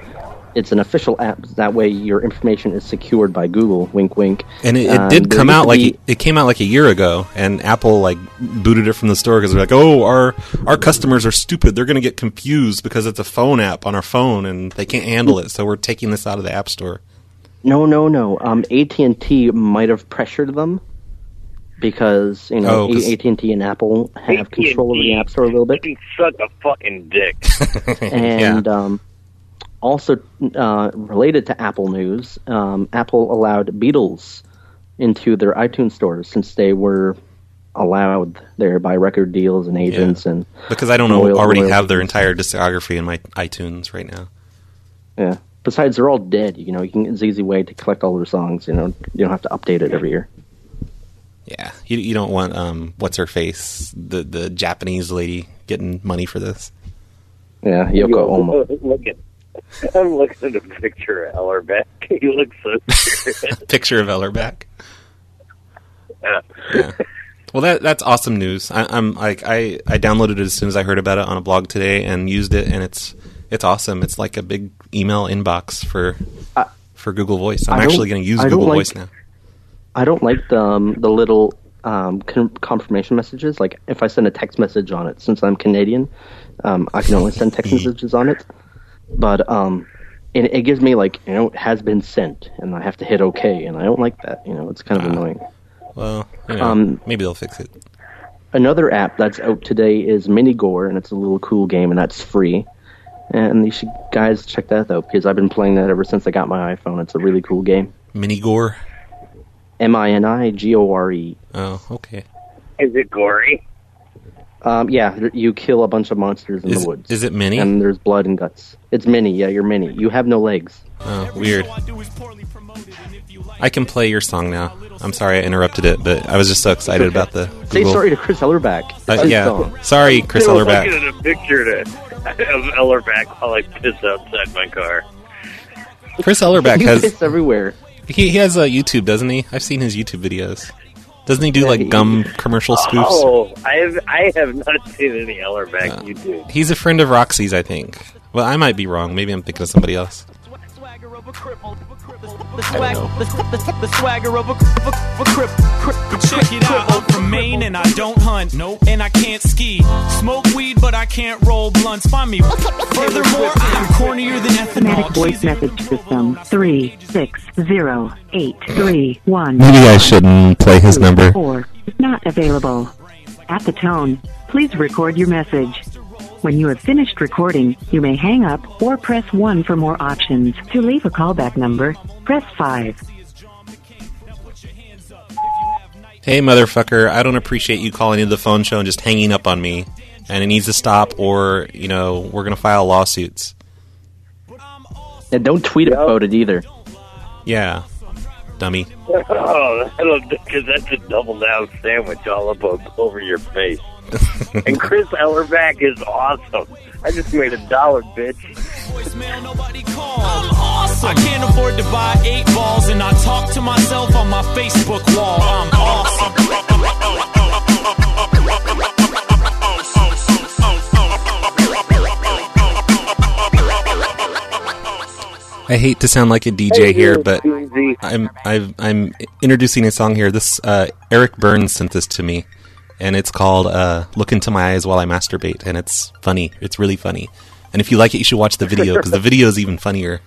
S1: it's an official app. That way, your information is secured by Google. Wink, wink.
S5: and it, it
S1: Um,
S5: did
S1: there
S5: come
S1: used
S5: out
S1: to
S5: like
S1: be-
S5: it came out like a year ago, and Apple like booted it from the store because they're like, oh, our our customers are stupid. They're gonna get confused because it's a phone app on our phone and they can't handle it. So we're taking this out of the App Store.
S1: No, no, no. Um, AT and T might have pressured them because you know
S5: Oh, 'cause-
S1: AT and T and Apple have control over the
S6: AT&T
S1: App Store a little bit,
S6: Fucking suck a fucking dick.
S1: and um, also uh, related to Apple news, um, Apple allowed Beatles into their iTunes stores since they were allowed there by record deals and agents and
S5: Because I don't know,
S1: loyal-
S5: already
S1: loyal-
S5: have their entire discography in my iTunes right now.
S1: yeah. Besides, they're all dead. You know, you can, it's an easy way to collect all their songs. You know, you don't have to update it every year.
S5: Yeah, you, you don't want um, what's her face, the the Japanese lady getting money for this.
S1: Yeah, Yoko Ono.
S6: Look at, I'm looking at a picture of Ellerbeck. He looks so serious.
S5: Picture of Ellerback.
S6: Yeah.
S5: Well, that that's awesome news. I, I'm like I I downloaded it as soon as I heard about it on a blog today and used it, and it's it's awesome. It's like a big email inbox for for Google Voice. I'm
S1: I don't-
S5: actually going to use
S1: I don't
S5: Google
S1: like-
S5: Voice now.
S1: I don't like the um, the little um, con- confirmation messages. Like if I send a text message on it, since I'm Canadian, um, I can only send text messages on it. But um, and it gives me like you know it has been sent, and I have to hit OK, and I don't like that. You know, it's kind of annoying.
S5: Well, you know,
S1: Um,
S5: maybe they'll fix it.
S1: Another app that's out today is Minigore, and it's a little cool game, and that's free. And you should guys check that out because I've been playing that ever since I got my iPhone. It's a really cool game.
S5: Minigore.
S1: M I N I G O R E.
S5: Oh, okay.
S6: Is it gory?
S1: Um, yeah, th- you kill a bunch of monsters in the woods.
S5: Is it mini?
S1: And there's blood and guts. It's mini. Yeah, you're mini. You have no legs.
S5: Oh, weird. I can play your song now. I'm sorry I interrupted it, but I was just so excited about the
S1: Say
S5: Google.
S1: sorry to Chris Ellerback. It's
S5: Uh,
S1: his
S5: yeah.
S1: song.
S5: Sorry, Chris
S6: Still
S5: Ellerback.
S6: looking at a picture to, of Ellerbeck while I piss outside my car.
S5: Chris Ellerback
S1: You
S5: has
S1: piss everywhere.
S5: he, he has a YouTube, doesn't he? I've seen his YouTube videos. Doesn't he do like gum commercial spoofs?
S6: Oh, I have I have not seen any Ellerbeck YouTube.
S5: He's a friend of Roxy's, I think. Well, I might be wrong. Maybe I'm thinking of somebody else.
S13: The swag, the, the, the swagger of a, of a, of a crip, crip, But check it out, I'm from Maine and I don't hunt. Nope. And I can't ski. Smoke weed, but I can't roll blunts. Find me. Furthermore, I'm cornier than ethanol.
S10: Automatic voice message system three six zero eight three one.
S5: shouldn't play his number.
S10: Or not available. At the tone, please record your message. When you have finished recording, you may hang up or press 1 for more options. To leave a callback number, press 5.
S5: Hey, motherfucker! I don't appreciate you calling into the phone show and just hanging up on me. And it needs to stop, or you know, we're gonna file lawsuits.
S1: And don't tweet about it either.
S5: Yeah, dummy.
S6: Oh, because that's a double down sandwich all up o- over your face. and Chris Ellerbeck is awesome. I just made a dollar, bitch.
S13: I'm awesome. I can't afford to buy eight balls and I talk to myself on my Facebook wall. I'm awesome.
S5: I hate to sound like a DJ here, but I'm I've, I'm introducing a song here. This uh, Eric Burns sent this to me, and it's called uh, "Look Into My Eyes While I Masturbate," and it's funny. It's really funny. And if you like it, you should watch the video because the video is even funnier.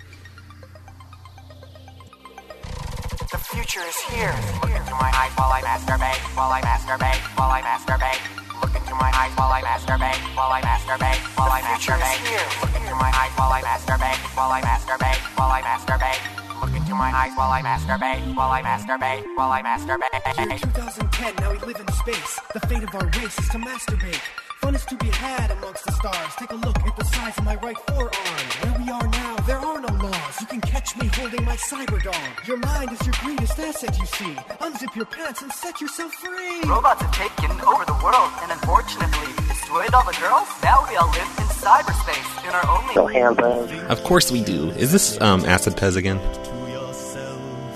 S12: The future is here. Look into my eyes while I masturbate, while I masturbate, while I masturbate. Look into my eyes while I masturbate, while I masturbate, while I masturbate. Look into my eyes while I masturbate, while I masturbate, while I masturbate. Look into my eyes while I masturbate, while I masturbate, while I
S14: Year
S12: masturbate.
S14: 2010, now we live in space. The fate of our race is to masturbate. Fun is to be had amongst the stars. Take a look at the size of my right forearm. Where we are now, there are no laws. You can catch me holding my cyber dog. Your mind is your greatest asset, you see. Unzip your pants and set yourself free.
S12: Robots have taken over the world and unfortunately destroyed all the girls. Now we all live in cyberspace in our only.
S5: Of course we do. Is this um, Acid Pez again?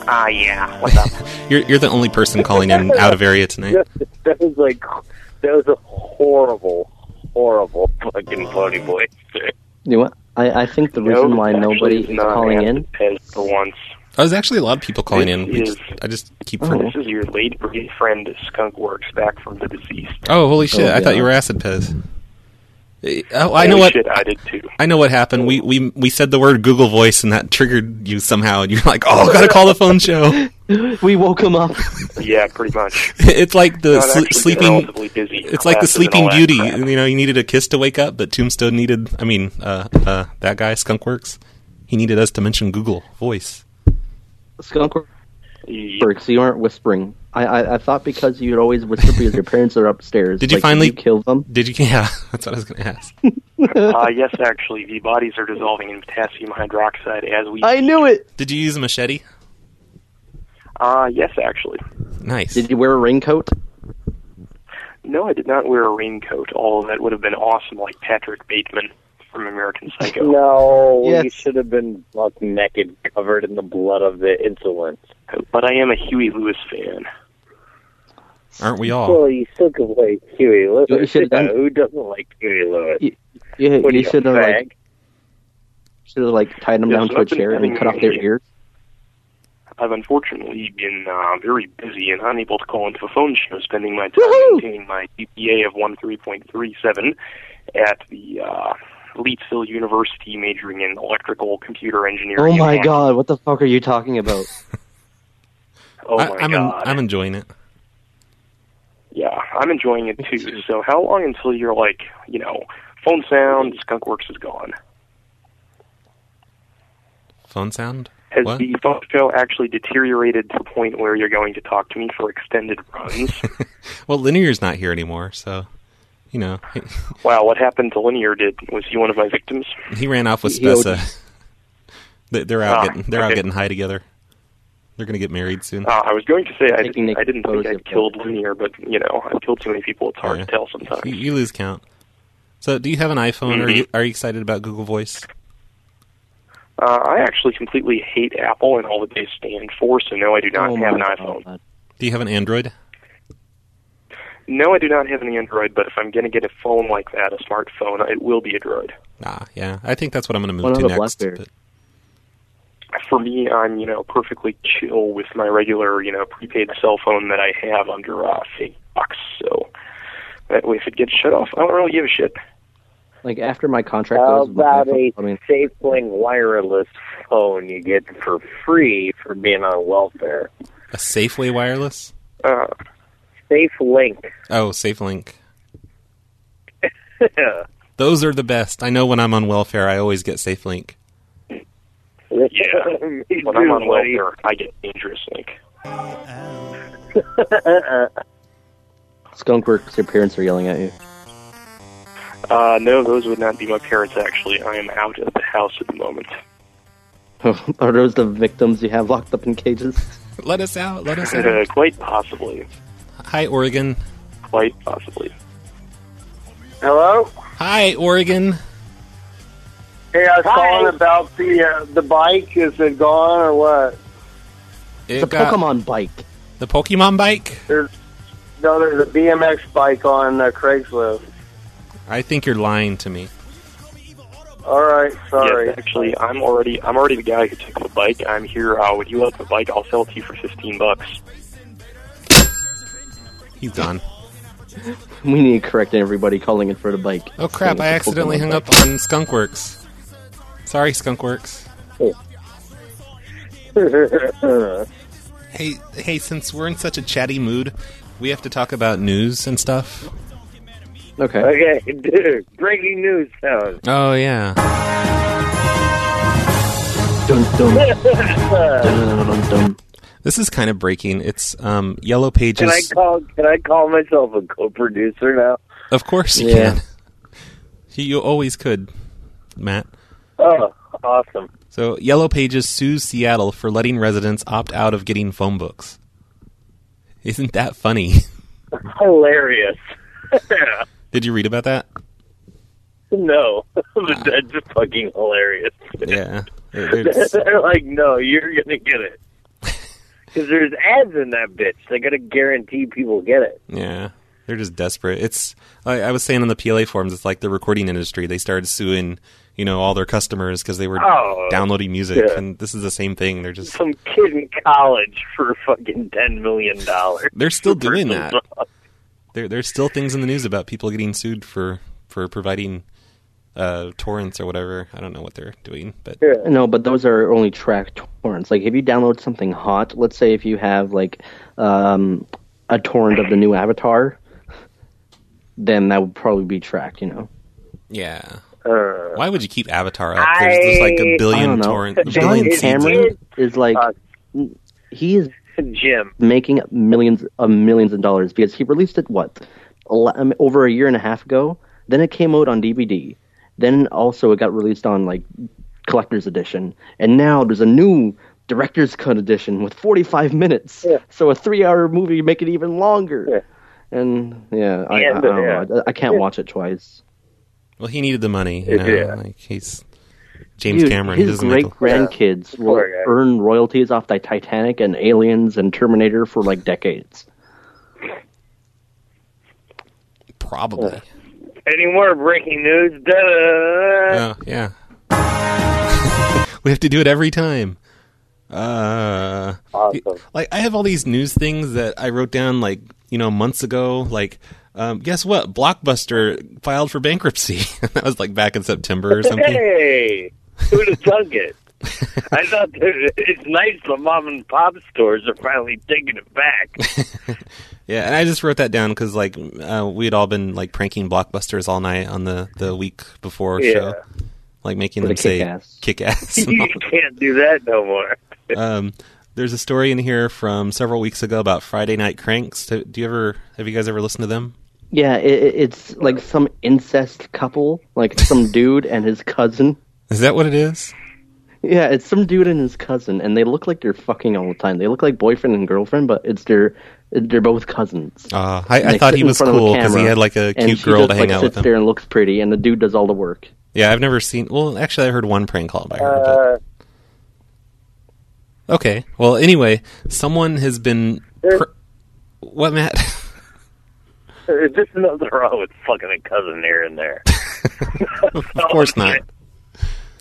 S12: Ah, yeah. What's up?
S5: You're you're the only person calling in out of area tonight.
S6: That was like, that was a horrible, horrible fucking pony voice.
S1: You know what? I, I think the reason why nobody is calling in.
S6: For once.
S5: Oh, there's actually a lot of people calling in. We
S15: This
S5: just, I just keep.
S1: Oh.
S15: This is your late breed friend Skunkworks back from the deceased.
S5: Oh, holy shit!
S15: Oh,
S5: I thought
S15: yeah.
S5: you were Acid Pez. Eh, Oh, I know
S15: Holy
S5: what.
S15: shit, I did too.
S5: I know what happened. We we we said the word Google Voice, and that triggered you somehow, and you're like, "Oh, gotta call the phone show."
S1: we woke him up.
S15: Yeah, pretty much.
S5: it's like the
S15: No, I've
S5: sle-
S15: actually been
S5: sleeping.
S15: relatively busy.
S5: It's like the
S15: Classes and
S5: Sleeping
S15: all that
S5: Beauty.
S15: crap.
S5: You know, you needed a kiss to wake up, but Tombstone needed. I mean, uh, uh, that guy Skunkworks. He needed us to mention Google Voice.
S1: Skunk Berks, you aren't whispering. I, I, I thought because you'd always whisper because your parents are upstairs.
S5: Did you
S1: Like,
S5: finally
S1: kill them?
S5: Did you? Yeah, that's what I was going to ask.
S15: uh, yes, actually, the bodies are dissolving in potassium hydroxide as we.
S1: knew it.
S5: Did you use a machete?
S15: Uh, yes, actually.
S5: Nice.
S1: Did you wear a raincoat?
S15: No, I did not wear a raincoat. All that would have been awesome, like Patrick Bateman from American Psycho.
S6: No, you should have been buck naked, covered in the blood of the insolent.
S15: But I am a Huey Lewis fan.
S5: Aren't we
S6: Well, you still can play Huey Lewis.
S1: You should have done-
S6: Who doesn't like Huey Lewis?
S1: You, Yeah,
S6: What are
S1: you
S6: you, a
S1: should have
S6: fag?
S1: like should have like tied them
S15: Yeah,
S1: down
S15: so
S1: to a
S15: I've been
S1: chair and then
S15: having
S1: cut off their
S15: a-
S1: ears.
S15: I've unfortunately been uh, very busy and unable to call into a phone show, spending my time maintaining my GPA of 13.37 at the uh, Leadville University, majoring in electrical computer engineering.
S1: Oh
S15: and
S1: my
S15: math.
S1: god, what the fuck are you talking about?
S15: Oh
S5: I,
S15: my
S5: I'm en-
S15: god!
S5: I'm enjoying it.
S15: Yeah, I'm enjoying it too. So how long until you're like, you know, phone sound, Skunkworks is gone?
S5: Phone sound.
S15: Has
S5: What?
S15: the phone show actually deteriorated to the point where you're going to talk to me for extended runs?
S5: Well, Linear's not here anymore, so you know he,
S15: wow, what happened to Linear? Did was he one of my victims?
S5: he ran off with
S15: He owed-
S5: Spessa. They- they're out
S15: Ah,
S5: getting they're out
S15: okay.
S5: getting high together. They're gonna get married soon.
S15: Uh, I was going to say I, didn't, I didn't think I killed Linear, but you know I've killed so many people it's hard to tell sometimes.
S5: You, you lose count. So, do you have an iPhone? Are
S15: Mhm.
S5: you are you excited about Google Voice?
S15: Uh, I actually completely hate Apple and all that they stand for, so no, I do not
S5: Oh
S15: have an
S5: my
S15: iPhone.
S5: Do you have an Android?
S15: No, I do not have an Android, but if I'm going to get a phone like that, a smartphone, it will be a Droid.
S5: Nah, yeah. I think that's what I'm going to
S15: What
S5: move to
S15: about a
S5: next. But
S15: For me, I'm you know perfectly chill with my regular you know prepaid cell phone that I have under uh, fake box. So that way, if it gets shut off, I don't really give a shit.
S1: Like after my contract
S6: How
S1: was with my
S6: about
S1: phone-
S6: a Safeling wireless phone you get for free for being on welfare?
S5: a Safeway wireless?
S15: Uh,
S6: Safelink.
S5: Oh, SafeLink. Those are the best. I know when I'm on welfare, I always get SafeLink.
S15: Yeah, when I'm on welfare, I get dangerous link.
S1: Skunkworks, your parents are yelling at you.
S15: Uh, no, those would not be my parents. Actually, I am out of the house at the moment.
S1: are those the victims you have locked up in cages?
S5: Let us out. Let us
S15: Uh,
S5: out.
S15: quite possibly.
S5: Hi, Oregon.
S15: Quite possibly.
S16: Hello.
S5: Hi, Oregon.
S16: Hey, I was calling about the uh, the bike. Is it gone or what?
S5: It
S16: The
S5: got-
S16: Pokemon
S1: bike.
S5: The Pokemon bike?
S16: There's no, there's a BMX bike on uh, Craigslist.
S5: I think you're lying to me.
S16: All right, sorry.
S15: Yes, actually, I'm already I'm already the guy who took the bike. I'm here. Uh, would you like the bike? I'll sell it to you for fifteen bucks.
S5: He's gone.
S1: We need to correct everybody calling in for the bike.
S5: Oh crap! I accidentally hung up on Skunkworks. Sorry, Skunkworks. Hey, hey! Since we're in such a chatty mood, we have to talk about news and stuff.
S1: Okay.
S6: Okay, dude. Breaking news sound.
S5: Oh yeah. This is kind of breaking. It's um, Yellow
S6: can I
S5: Pages.
S6: call? Can I call myself a co-producer now?
S5: Of course you
S6: Yeah.
S5: can. You- You always could, Matt.
S6: Oh, awesome.
S5: So Yellow Pages sues Seattle for letting residents opt out of getting phone books. Isn't that funny?
S6: Hilarious.
S5: Did you read about that?
S6: no, but that's just fucking hilarious.
S5: Yeah.
S6: They're like, no, you're gonna get it. Because there's ads in that bitch. They gotta guarantee people get it.
S5: Yeah, they're just desperate. It's I, I was saying on the PLA forums, it's like the recording industry. They started suing, you know, all their customers because they were
S6: Oh,
S5: downloading music,
S6: yeah.
S5: and this is the same thing. They're just
S6: Some kid in college for fucking ten million dollars.
S5: they're still doing that. There, there's still things in the news about people getting sued for for providing uh, torrents or whatever. I don't know what they're doing, but
S1: No, but those are only track torrents. Like if you download something hot, let's say if you have like um, a torrent of the new Avatar, then that would probably be tracked. You know.
S5: yeah. Why would you keep Avatar up?
S1: I-
S5: There's, there's like
S1: Uh, I
S5: a
S1: don't
S5: billion
S1: know.
S5: torrent, a
S1: John
S5: billion seasons.
S1: Cameron is like he is
S6: Jim.
S1: making millions of millions of dollars because he released it what ele- um, over a year and a half ago. Then it came out on DVD. Then also it got released on like collector's edition, and now there's a new director's cut edition with 45 minutes. So a three-hour movie make it even longer. And yeah, I, I, I,
S5: And,
S1: don't
S5: yeah.
S1: know. I, I can't watch it twice.
S5: Well, he needed the money. You know?
S1: Yeah.
S5: Like he's James
S1: Dude,
S5: Cameron. he
S1: His
S5: doesn't make
S1: great
S5: a-
S1: grandkids will
S5: Poor guy.
S1: earn royalties off the Titanic and Aliens and Terminator for like decades.
S5: Probably.
S16: Any more breaking news?
S1: Uh,
S16: Da-da-da-da-da.
S5: Oh, yeah. we have to do it every time. Uh, like I have all these news things that I wrote down like you know months ago. Like, um, guess what? Blockbuster filed for bankruptcy. that was like back in September or something.
S6: Hey, who'd have thunk it? I thought that it's nice the mom and pop stores are finally taking it back.
S5: yeah, and I just wrote that down because like uh, we had all been like pranking Blockbusters all night on the the week before
S6: Yeah.
S5: show, like making
S6: With
S5: them
S6: a
S5: say
S6: kick-ass.
S5: kick ass.
S6: you can't do that no more.
S5: um, there's a story in here from several weeks ago about Friday Night Cranks. Do, do you ever have you guys ever listened to them?
S1: Yeah, it, it- it's like some incest couple, like some dude and his cousin.
S5: Is that what it is?
S1: Yeah, it's some dude and his cousin, and they look like they're fucking all the time. They look like boyfriend and girlfriend, but it's their they're both cousins.
S5: Uh, I,
S1: And
S5: I
S1: they
S5: thought
S1: sit
S5: he
S1: in
S5: was
S1: front of a
S5: cool because he
S1: camera,
S5: had like a
S1: and
S5: cute
S1: she
S5: girl
S1: just,
S5: to hang
S1: like,
S5: out
S1: sits
S5: with him.
S1: there and looks pretty, and the dude does all the work.
S5: Yeah, I've never seen. Well, actually, I heard one prank call by her.
S16: Uh,
S5: Okay. Well, anyway, someone has been. Pr- what, Matt?
S6: There's just nothing wrong with oh, fucking a cousin here and there.
S5: of course not.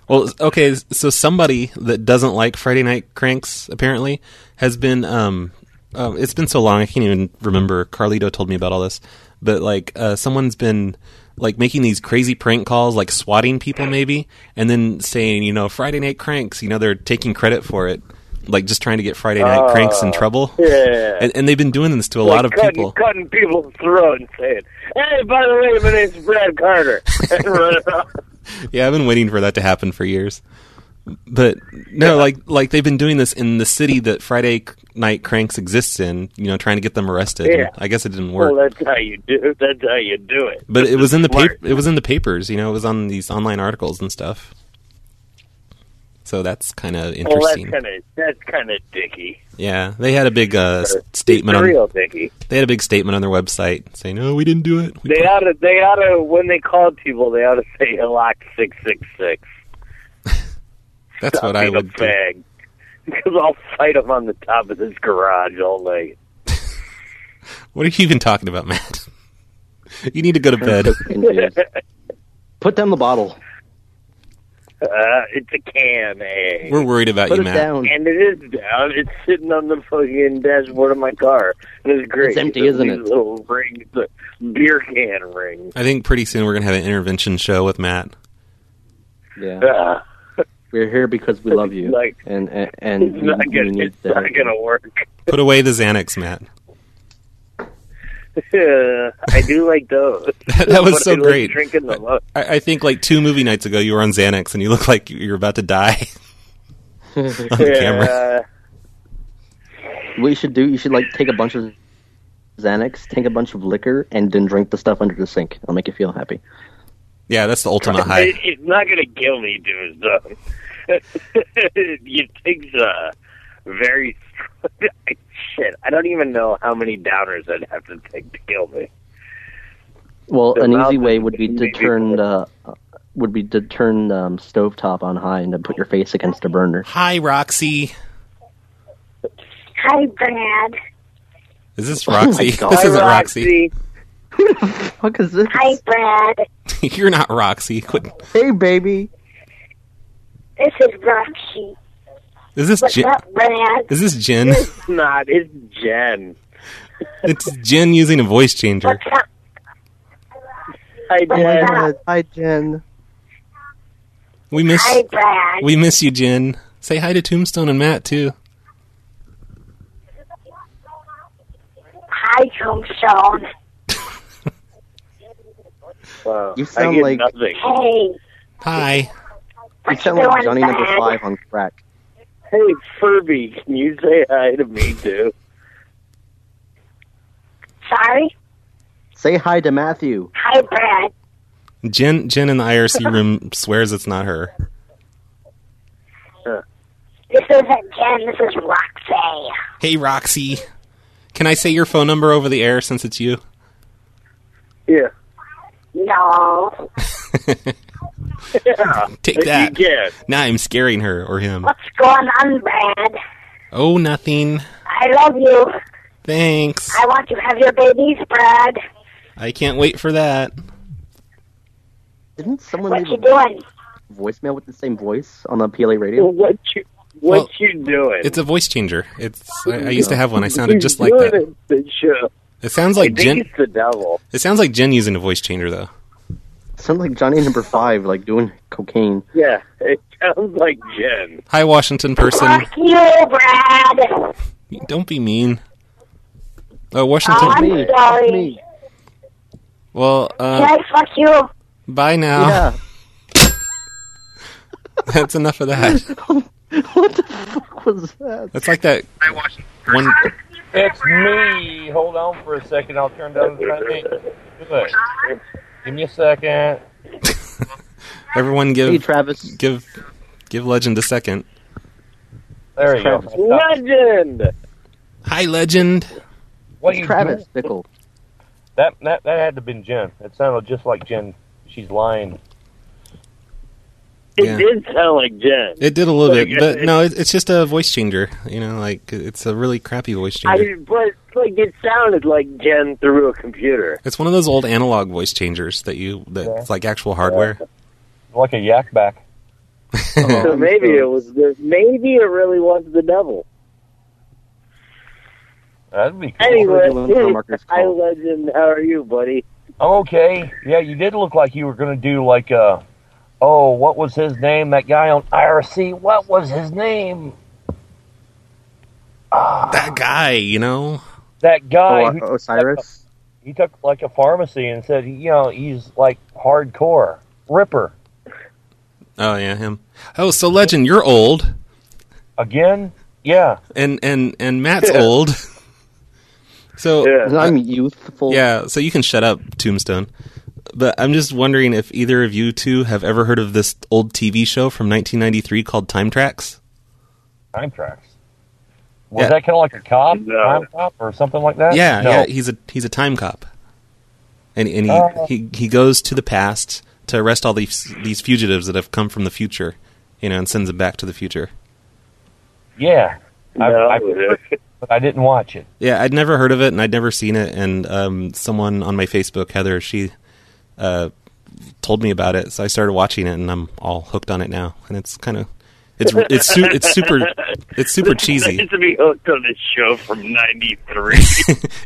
S5: Well, okay. So somebody that doesn't like Friday Night Cranks apparently has been. Um, um, it's been so long I can't even remember. Carlito told me about all this, but like uh, someone's been like making these crazy prank calls, like swatting people maybe, and then saying you know Friday Night Cranks. You know they're taking credit for it, like just trying to get Friday Night Cranks in
S6: Ah,
S5: trouble.
S6: yeah.
S5: and, and they've been doing this to a
S6: Like
S5: lot of
S6: cutting,
S5: people.
S6: Cutting people's throat and saying, hey, by the way, my name's Brad Carter. and running off.
S5: yeah, I've been waiting for that to happen for years. But no, like like they've been doing this in the city that Friday C- Night Cranks exists in. You know, trying to get them arrested.
S6: Yeah.
S5: I guess it didn't work.
S6: Well, "Oh, that's how you do. That's how you do it.
S5: but it was in the
S6: Smart.
S5: paper. It was in the papers. You know, it was on these online articles and stuff. So that's kind of
S6: Well, that's
S5: interesting.
S6: kind of that's kind of dicky.
S5: yeah, they had a big uh, s-
S6: It's
S5: statement.
S6: real
S5: On,
S6: dicky.
S5: they had a big statement on their website saying, "No, we didn't do it."
S6: They oughta They oughta When they call people, they oughta say lock six six six.
S5: That's what I would. Do.
S6: bag. Because I'll fight him on the top of this garage all night.
S5: What are you even talking about, Matt? you need to go to bed.
S1: Put down the bottle.
S6: Uh, it's a can, eh?
S5: We're worried about
S1: Put you, it Matt. down.
S6: And it is down. It's sitting on the fucking dashboard of my car. And it's great.
S1: It's empty,
S6: These
S1: isn't it?
S6: Little ring, the beer can ring.
S5: I think pretty soon we're gonna have an intervention show with Matt.
S1: Yeah.
S6: Ah.
S1: We're here because we love you,
S6: Like-
S1: and and, and
S6: It's
S1: we-
S6: not
S1: we
S6: gonna-
S1: need
S6: it's not
S1: therapy.
S6: gonna work.
S5: Put away the Xanax, Matt.
S6: I do like those.
S5: That, that was
S6: But
S5: so
S6: I like
S5: great.
S6: drinking them up.
S5: I, I think like two movie nights ago, you were on Xanax and you look like you're about to die on the camera.
S1: What you should do, you should like take a bunch of Xanax, take a bunch of liquor, and then drink the stuff under the sink. It'll make you feel happy.
S5: Yeah, that's the ultimate
S6: It,
S5: high.
S6: it's not going to kill me doing stuff. it takes a very strong. Shit, I don't even know how many downers I'd have to take to kill me.
S1: Well,
S6: The
S1: an
S6: mouth
S1: easy way
S6: is
S1: would be to
S6: maybe-
S1: turn the uh, would be to turn the um, stovetop on high and to put your face against a burner.
S5: Hi, Roxy.
S17: Hi, Brad. Oh
S5: Is this Roxy?
S1: God.
S5: this
S1: Hi,
S5: isn't
S1: Roxy.
S5: Roxy.
S1: Fuck is this?
S17: Hi, Brad.
S5: you're not Roxy. Quit.
S1: Hey, baby.
S17: This is Roxy.
S5: Is this
S17: What's
S5: Jen?
S17: up, Brad?
S5: Is this Jen?
S6: It's not. It's Jen.
S5: it's Jen using a voice changer.
S17: What's up?
S6: Hi, Jen.
S1: Hi, Jen.
S5: We miss.
S17: Hi, Brad.
S5: We miss you, Jen. Say hi to Tombstone and Matt too.
S17: Hi, Tombstone.
S6: Wow.
S1: You sound
S6: I get
S1: like-
S6: nothing.
S17: Hey,
S5: Hi.
S1: You sound
S17: What's going
S1: like Johnny
S17: on,
S1: Number
S17: Brad?
S1: Five on crack.
S16: Hey, Furby, can you say hi to me, too?
S17: Sorry.
S1: Say hi to Matthew.
S17: Hi, Brad.
S5: Jen, Jen in the IRC room swears it's not her.
S17: This isn't Jen. This is Roxy.
S5: Hey, Roxy. Can I say your phone number over the air since it's you?
S16: Yeah.
S17: No.
S5: Take that. Now I'm scaring her or him.
S17: What's going on, Brad?
S5: Oh, nothing.
S17: I love you.
S5: Thanks.
S17: I want to have your babies, Brad.
S5: I can't wait for that.
S1: Didn't someone
S17: What
S1: leave
S17: you doing?
S1: a voicemail with the same voice on the PLA radio?
S16: What you
S5: what
S16: you doing?
S5: It's a voice changer. It's I, I used to have one. I sounded just like that.
S16: The show.
S5: It sounds like
S16: I think
S5: Jen.
S16: it's the devil.
S5: It sounds like Jen using a voice changer though.
S1: Sounds like Johnny number five, like doing cocaine.
S16: Yeah, it sounds like Jen.
S5: Hi, Washington person.
S17: Fuck you, Brad.
S5: Don't be mean. Oh,
S17: Oh, I'm
S5: Washington.
S17: sorry.
S5: Well,
S17: Can
S5: uh,
S17: I fuck you?
S5: bye
S1: Oh.
S5: now. That's enough of that.
S1: was that?
S5: That's like that. One.
S18: It's me. Hold on for a second. I'll turn down the front name. Good. Give me a second.
S5: Everyone give
S18: Hey,
S1: Travis.
S5: Give give Legend a second.
S18: There you
S5: Travis.
S18: go.
S16: Legend.
S5: Hi, Legend.
S18: What are you
S1: Travis
S18: doing?
S1: Bickle.
S18: That that that had to have been Jen. It sounded just like Jen. She's lying.
S16: It
S5: Yeah.
S16: did sound like Jen.
S5: It did a little
S16: Like,
S5: bit, but
S16: it-
S5: no, it- it's just a voice changer. You know, like it's a really crappy voice
S16: I,
S5: changer.
S16: but like it sounded like Jen through a computer.
S5: It's one of those old analog voice changers that you that's
S16: Yeah.
S5: like actual hardware.
S18: Like a yak back.
S5: Oh,
S16: so maybe it was the maybe it really was the devil.
S18: That'd be cool.
S16: Anyway, hi legend, how are you, buddy?
S18: I'm okay. Yeah, you did look like you were gonna do like uh oh, what was his name? That guy on IRC. What was his name?
S5: That guy, you know,
S18: That guy.
S5: Oh,
S18: who-
S1: Osiris.
S18: He took like a pharmacy and said, you know, he's like hardcore ripper
S5: Oh yeah, him. Oh, so Legend, you're old,
S18: again. Yeah,
S5: and and and Matt's old. So
S1: I'm youthful.
S5: Yeah, so you can shut up, Tombstone. But I'm just wondering if either of you two have ever heard of this old TV show from 1993 called Time Tracks.
S18: time tracks. Was
S5: Yeah.
S18: that kind of like a cop, time cop, or something like
S13: Uh,
S18: that?
S5: Yeah,
S18: No.
S5: yeah, he's a he's a time cop, and and he,
S18: Oh.
S5: he he goes to the past to arrest all these these fugitives that have come from the future, you know, and sends them back to the future.
S18: yeah. I, I, but I didn't watch it.
S5: Yeah, I'd never heard of it and I'd never seen it. And um, someone on my Facebook, Heather, she uh, told me about it, so I started watching it, and I'm all hooked on it now. And it's kind of it's it's su- it's super it's super cheesy.
S6: Nice to be hooked on this show from '93.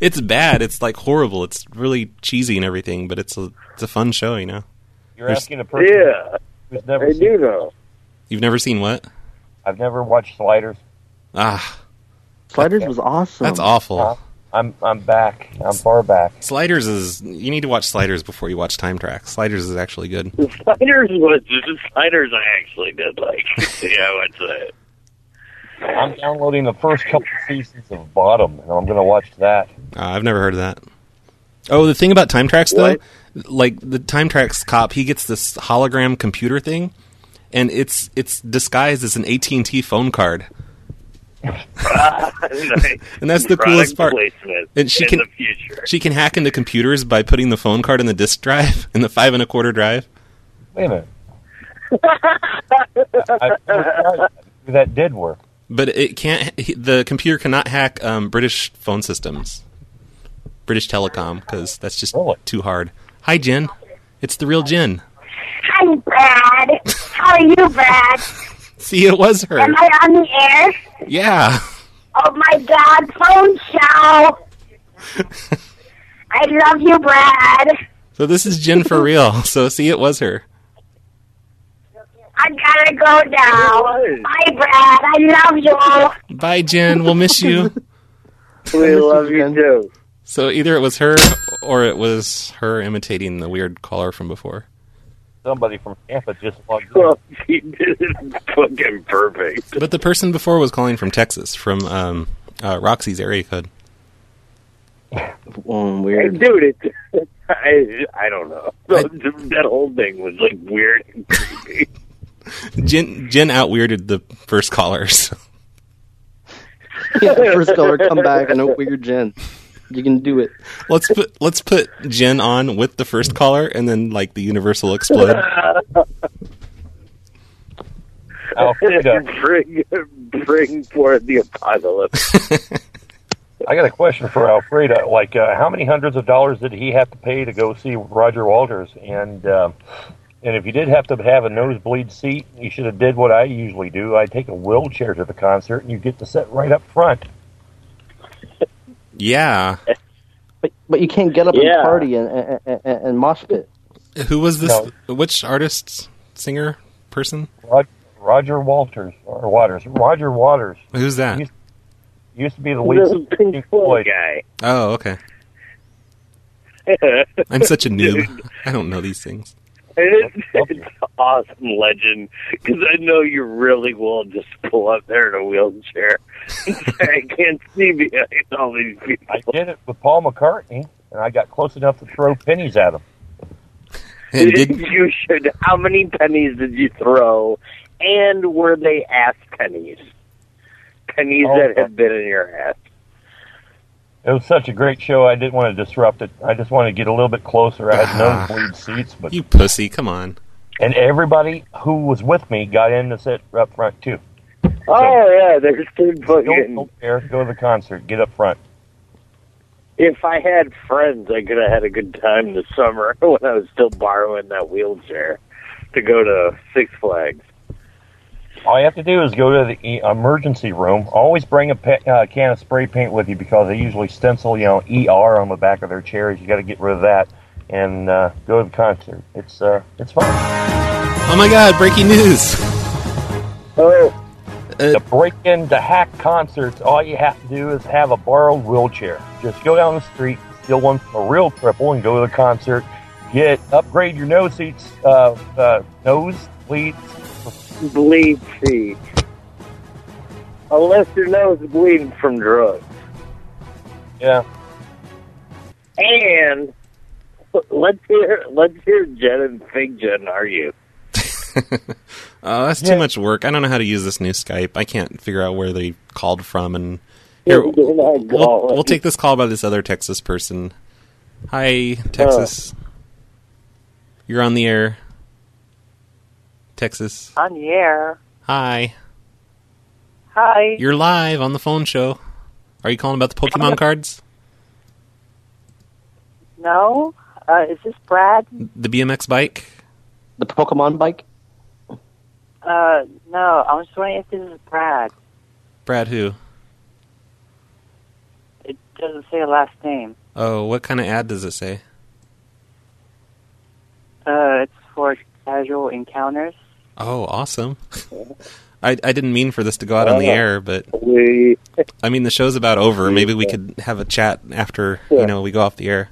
S5: It's bad. It's like horrible. It's really cheesy and everything, but it's a it's a fun show. You know,
S18: You're
S5: There's-
S18: asking a person
S16: Yeah.
S18: who's never
S16: I
S18: seen
S16: do know.
S5: You've never seen what?
S18: I've never watched Sliders.
S5: Ah,
S1: Sliders was awesome.
S5: that's awful.
S18: Uh, I'm I'm back. I'm far back.
S5: Sliders is you need to watch Sliders before you watch Time Tracks. Sliders is actually good.
S6: Sliders was the Sliders I actually did like. yeah, what's that?
S18: I'm downloading the first couple seasons of Bottom, and I'm going to watch that.
S5: Uh, I've never heard of that. Oh, the thing about time tracks though, like the time tracks cop, he gets this hologram computer thing, and it's it's disguised as an AT and T phone card. And that's the coolest part. And she
S6: in
S5: can
S6: the future.
S5: she can hack into computers by putting the phone card in the disk drive in the five and a quarter drive.
S18: Wait a minute. I, I, that did work.
S5: But it can't. he- The computer cannot hack um, British phone systems, British telecom, because that's just too hard. Hi, Jen. It's the real Jen.
S17: Hi, Brad. How are you, Brad?
S5: See, it was her.
S17: Am I on the air?
S5: Yeah.
S17: Oh my God, phone show. I love you, Brad.
S5: So this is Jen for real. So see, it was her.
S17: I gotta go now. Bye, Brad. I love you.
S5: Bye, Jen. We'll miss you.
S16: We love you too.
S5: So either it was her or it was her imitating the weird caller from before.
S18: Somebody from Tampa just logged in.
S6: Well, he did it fucking perfect.
S5: But the person before was calling from Texas, from um, uh, Roxy's area code.
S1: Oh,
S6: Hey, dude, it, I I don't know. that whole thing was like weird and creepy.
S5: Jen Jen out weirded the first caller. So.
S1: yeah, first caller, come back and outwit your Jen. You can do it.
S5: Let's put let's put Jen on with the first caller, and then like the universe will explode.
S6: bring bring forth the apocalypse.
S18: I got a question for Alfreda. Like, uh, how many hundreds of dollars did he have to pay to go see Roger Walters? And uh, and if you did have to have a nosebleed seat, you should have did what I usually do. I take a wheelchair to the concert, and you get to sit right up front.
S5: Yeah.
S1: But but you can't get up
S5: Yeah.
S1: and party and and, and, and mosh pit.
S5: Who was this? Which artist, singer, person?
S18: Roger, Roger Walters or Waters? Roger Waters.
S5: Who's that?
S18: Used, used to be the lead singer of Pink Floyd
S6: guy.
S5: Oh, okay. I'm such a noob. I don't know these things.
S6: It's, it's an awesome legend because I know you really will just pull up there in a wheelchair. I can't see behind all these people.
S18: I did it with Paul McCartney, and I got close enough to throw pennies at him.
S6: you should. How many pennies did you throw? And were they ass pennies? Pennies
S18: Oh,
S6: that
S18: yeah.
S6: had been in your ass.
S18: It was such a great show. I didn't want to disrupt it. I just wanted to get a little bit closer. I had nosebleed seats, but
S5: Ah. you pussy, come on.
S18: And everybody who was with me got in to sit up front too.
S6: Oh yeah, there's two
S18: Don't,
S6: fucking.
S18: don't care. Go to the concert. Get up front.
S6: If I had friends, I could have had a good time this summer when I was still borrowing that wheelchair to go to Six Flags.
S18: All you have to do is go to the e- emergency room. Always bring a pe- uh, can of spray paint with you because they usually stencil, you know, ER on the back of their chairs. You got to get rid of that and uh, go to the concert. It's uh, it's fun.
S5: Oh my God! Breaking news.
S18: Oh, to break into hack concerts, all you have to do is have a borrowed wheelchair. Just go down the street, steal one from a real cripple, and go to the concert. Get upgrade your nose seats, uh, uh, nose bleeds.
S6: Bleed seat. Unless your nose is bleeding from drugs.
S18: Yeah.
S6: And let's hear let's hear Jen and Fig Jen argue.
S5: Oh, that's too much work. I don't know how to use this new Skype. I can't figure out where they called from. And here,
S6: Oh,
S5: we'll,
S6: God.
S5: we'll take this call by this other Texas person. Hi, Texas. You're on the air. Texas.
S19: On the air.
S5: Hi.
S19: Hi.
S5: You're live on the phone show. Are you calling about the Pokemon cards?
S19: No? Uh, is this Brad?
S5: The BMX bike? The Pokemon bike?
S19: Uh, no, I was wondering if this is Brad.
S5: Brad, who?
S19: It doesn't say a last name.
S5: Oh, what kind of ad does it say?
S19: Uh, it's for casual encounters.
S5: Oh, awesome. I, I didn't mean for this to go out on the
S19: Yeah.
S5: air, but I mean the show's about over. Maybe we could have a chat after you know we go off the air.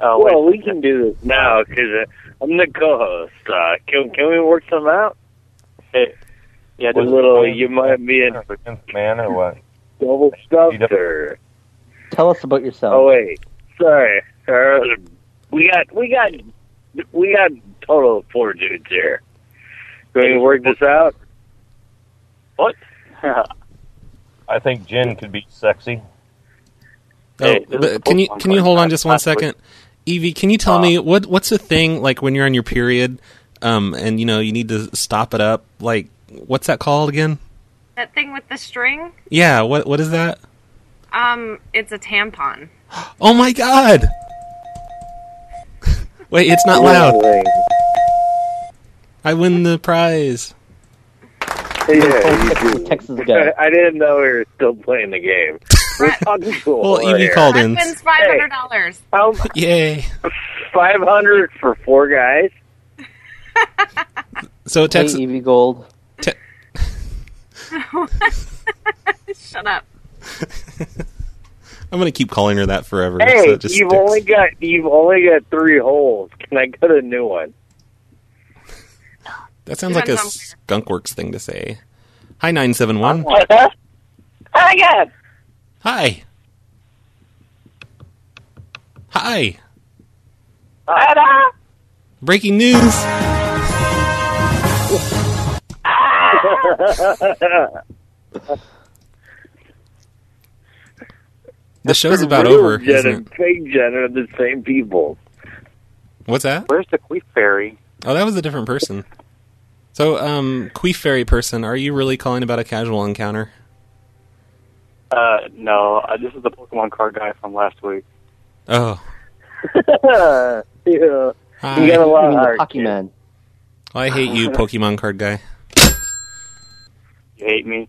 S19: Oh,
S6: well, we can do this now because I'm the co-host. Uh, can can we work something out? yeah, a
S18: Was it
S6: little.
S18: fine?
S6: You might be in
S18: man or what?
S6: double stuffed or
S1: Tell us about yourself.
S6: Oh wait, sorry. Uh, we got we got we got total of four dudes here. Can we work this out? What?
S18: I think Jen could be sexy.
S5: Oh, but can you can you hold on just one second, Evie? Can you tell me what what's the thing like when you're on your period, um, and you know you need to stop it up? Like what's that called again?
S20: That thing with the string?
S5: Yeah, what what is that?
S20: Um, it's a tampon.
S5: Oh my god! Wait, it's not loud. I win the prize.
S6: Yeah, you do.
S1: Texas
S5: guy.
S6: I didn't know we were still playing the game. We're talking cool.
S5: Well, Evie called in.
S20: Wins five hundred dollars.
S5: Yay!
S6: Five hundred for four guys.
S5: So
S1: Hey,
S5: Texas
S1: Evie Gold.
S20: Shut up.
S5: I'm gonna keep calling her that forever. so
S6: Hey,
S5: it just
S6: you've
S5: sticks.
S6: only got you've only got three holes. Can I get a new one?
S5: That sounds like a skunkworks thing to say. Hi, 971.
S19: Hi, God.
S5: Hi. Hi.
S19: Ta-da.
S5: Breaking news. The show's about
S6: Real
S5: over,
S6: Jen
S5: isn't
S6: and fake Jen are the same people.
S5: What's that?
S6: Where's the Queef Fairy?
S5: Oh, that was a different person. So, um, Queef Fairy person, are you really calling about a casual encounter?
S15: Uh, no, uh, this is the Pokemon card guy from last week.
S5: Oh,
S16: yeah. You got a lot of heart.
S1: Pokemon.
S5: I hate you, Pokemon card guy.
S15: You hate me?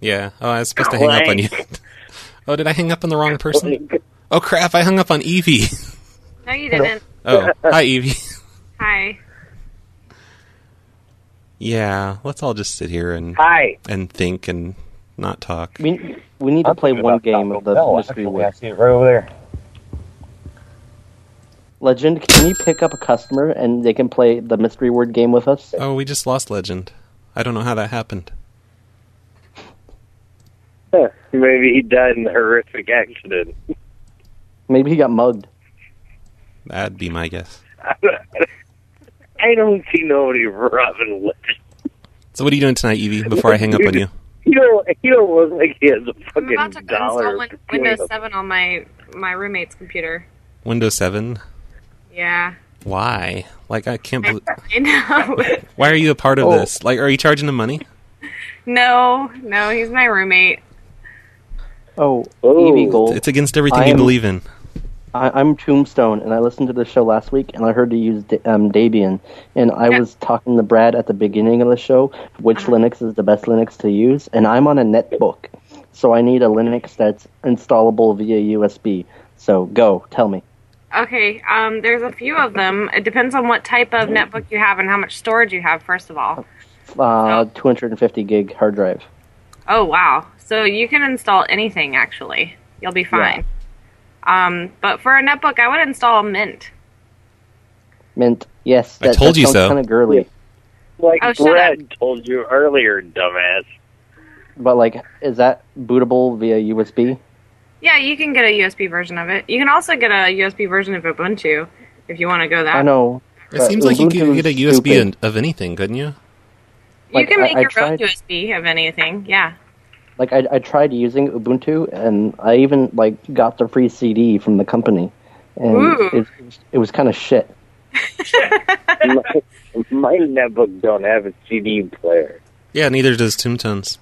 S5: Yeah. Oh, I was supposed to hang up on you. oh, did I hang up on the wrong person? Oh crap! I hung up on Evie.
S20: No, you didn't.
S5: Oh, hi Evie.
S20: Hi.
S5: Yeah, let's all just sit here and
S16: Hi.
S5: and think and not talk.
S1: We, we need to play one game of the mystery
S18: I
S1: word.
S18: see it right over there.
S1: Legend, can you pick up a customer and they can play the mystery word game with us?
S5: Oh, we just lost Legend. I don't know how that happened.
S6: Huh, Maybe he died in a horrific accident.
S1: Maybe he got mugged.
S5: That'd be my guess.
S6: I don't see nobody robbing Legend.
S5: So, what are you doing tonight, Evie? Before I hang up on you.
S6: He don't, he don't look like he has a
S20: I'm about to
S6: fucking dollar.
S20: install Win- Windows 7 on my my roommate's computer.
S5: Windows Seven.
S20: Yeah,
S5: Why? Like, I can't. believe...
S20: I know.
S5: Why are you a part of this? Like, are you charging him money?
S20: no, no, he's my roommate.
S1: Oh, Evie Gold.
S5: It's against everything
S1: I
S5: you
S1: am-
S5: believe in.
S1: I, I'm Tombstone, and I listened to the show last week, and I heard you use Da- um, Debian, and I was talking to Brad at the beginning of the show which Linux is the best Linux to use, and I'm on a netbook, so I need a Linux that's installable via USB. So go, tell me.
S20: Okay, um, there's a few of them. It depends on what type of netbook you have and how much storage you have, first of all.
S1: Uh, 250 gig hard drive.
S20: Oh, wow. So you can install anything, actually. You'll be fine. Um, but for a netbook, I would install Mint.
S1: Mint. Yes,
S5: I
S1: that,
S5: told
S1: that
S5: you
S1: sounds
S5: so.
S1: Kind of girly,
S6: Like
S20: Oh, shut
S6: Brad told you earlier, dumbass.
S1: but like, is that bootable via USB?
S20: Yeah, you can get a USB version of it. You can also get a USB version of Ubuntu if you want to go that.
S9: Uh,
S1: I know.
S5: It
S1: but
S5: seems like you could
S1: Ubuntu's
S5: get a USB
S1: stupid.
S5: in, of anything, couldn't you?
S20: You
S1: Like,
S20: can
S1: I-
S20: make
S1: I
S20: your own
S1: tried-
S20: USB of anything. Yeah.
S1: like I, I tried using ubuntu and i even like got the free cd from the company and
S6: Ooh.
S1: it, it was kind of shit
S6: my, my netbook don't have a CD player.
S5: Yeah, neither does Tombstones.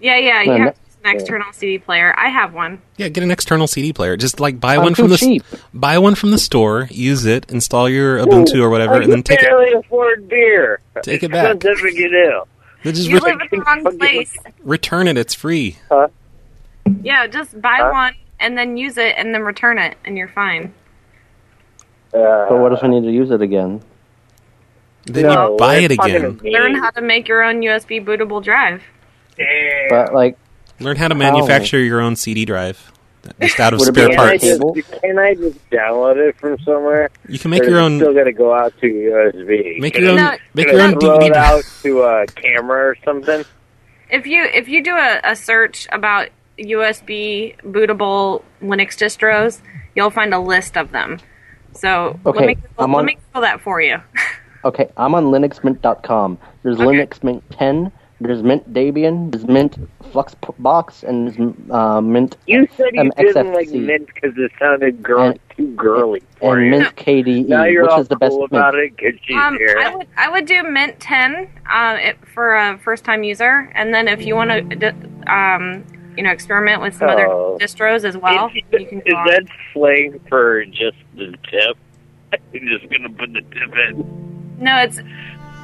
S20: Yeah, yeah. You
S5: Yeah,
S20: have
S5: that-
S20: to use an external CD player. I have one.
S5: Yeah, get an external CD player. Just like buy
S20: I'm
S5: one from
S20: too
S5: the s- buy one from the store, use it, install your Ubuntu or whatever, and then take it.
S6: barely afford beer.
S5: Take it back.
S6: That's what you do.
S5: then Just
S20: You
S5: re-
S20: live in the wrong place.
S5: return it. It's free.
S20: Yeah, just buy
S5: Huh?
S20: one and then use it and then return it and you're fine.
S6: uh,
S1: but what if i need to use it again
S5: Then you buy it again.
S20: Learn how to make your own USB bootable drive.
S1: But like,
S5: learn how to
S1: How?
S5: manufacture your own CD drive, just out of
S6: Would it
S5: spare
S6: be-
S5: parts.
S6: Can I, just, can I just download it from somewhere?
S5: You can make
S6: Or
S5: your
S6: is it
S5: own-
S6: Still got to go out to USB.
S5: Make
S6: Can
S5: your
S6: I-
S5: own- make
S6: can
S5: your
S6: I
S5: own
S6: throw it
S5: DVD.
S6: out to a camera or something.
S20: If you if you do a, a search about USB bootable Linux distros, you'll find a list of them. So
S1: Okay,
S20: let me
S1: I'm
S20: let
S1: on-
S20: me Google that for you.
S1: okay i'm on linuxmint.com there's linux mint 10 there's mint debian there's mint fluxbox and there's uh, mint
S6: You said you
S1: um,
S6: didn't like
S1: XFCE,
S6: mint because it sounded girl, too girly for
S1: and
S6: you.
S1: mint kde
S6: now you're
S1: which
S6: all
S1: is the best
S6: cool
S1: mint.
S6: about it because she's
S20: Um,
S6: here.
S20: I would I would do Mint 10 uh, it, for a first time user, and then if you want to, um, you know, experiment with some other
S6: Oh.
S20: distros as well, you can
S6: Is
S20: go on.
S6: that slang for just the tip? I'm just gonna put the tip in.
S20: No, it's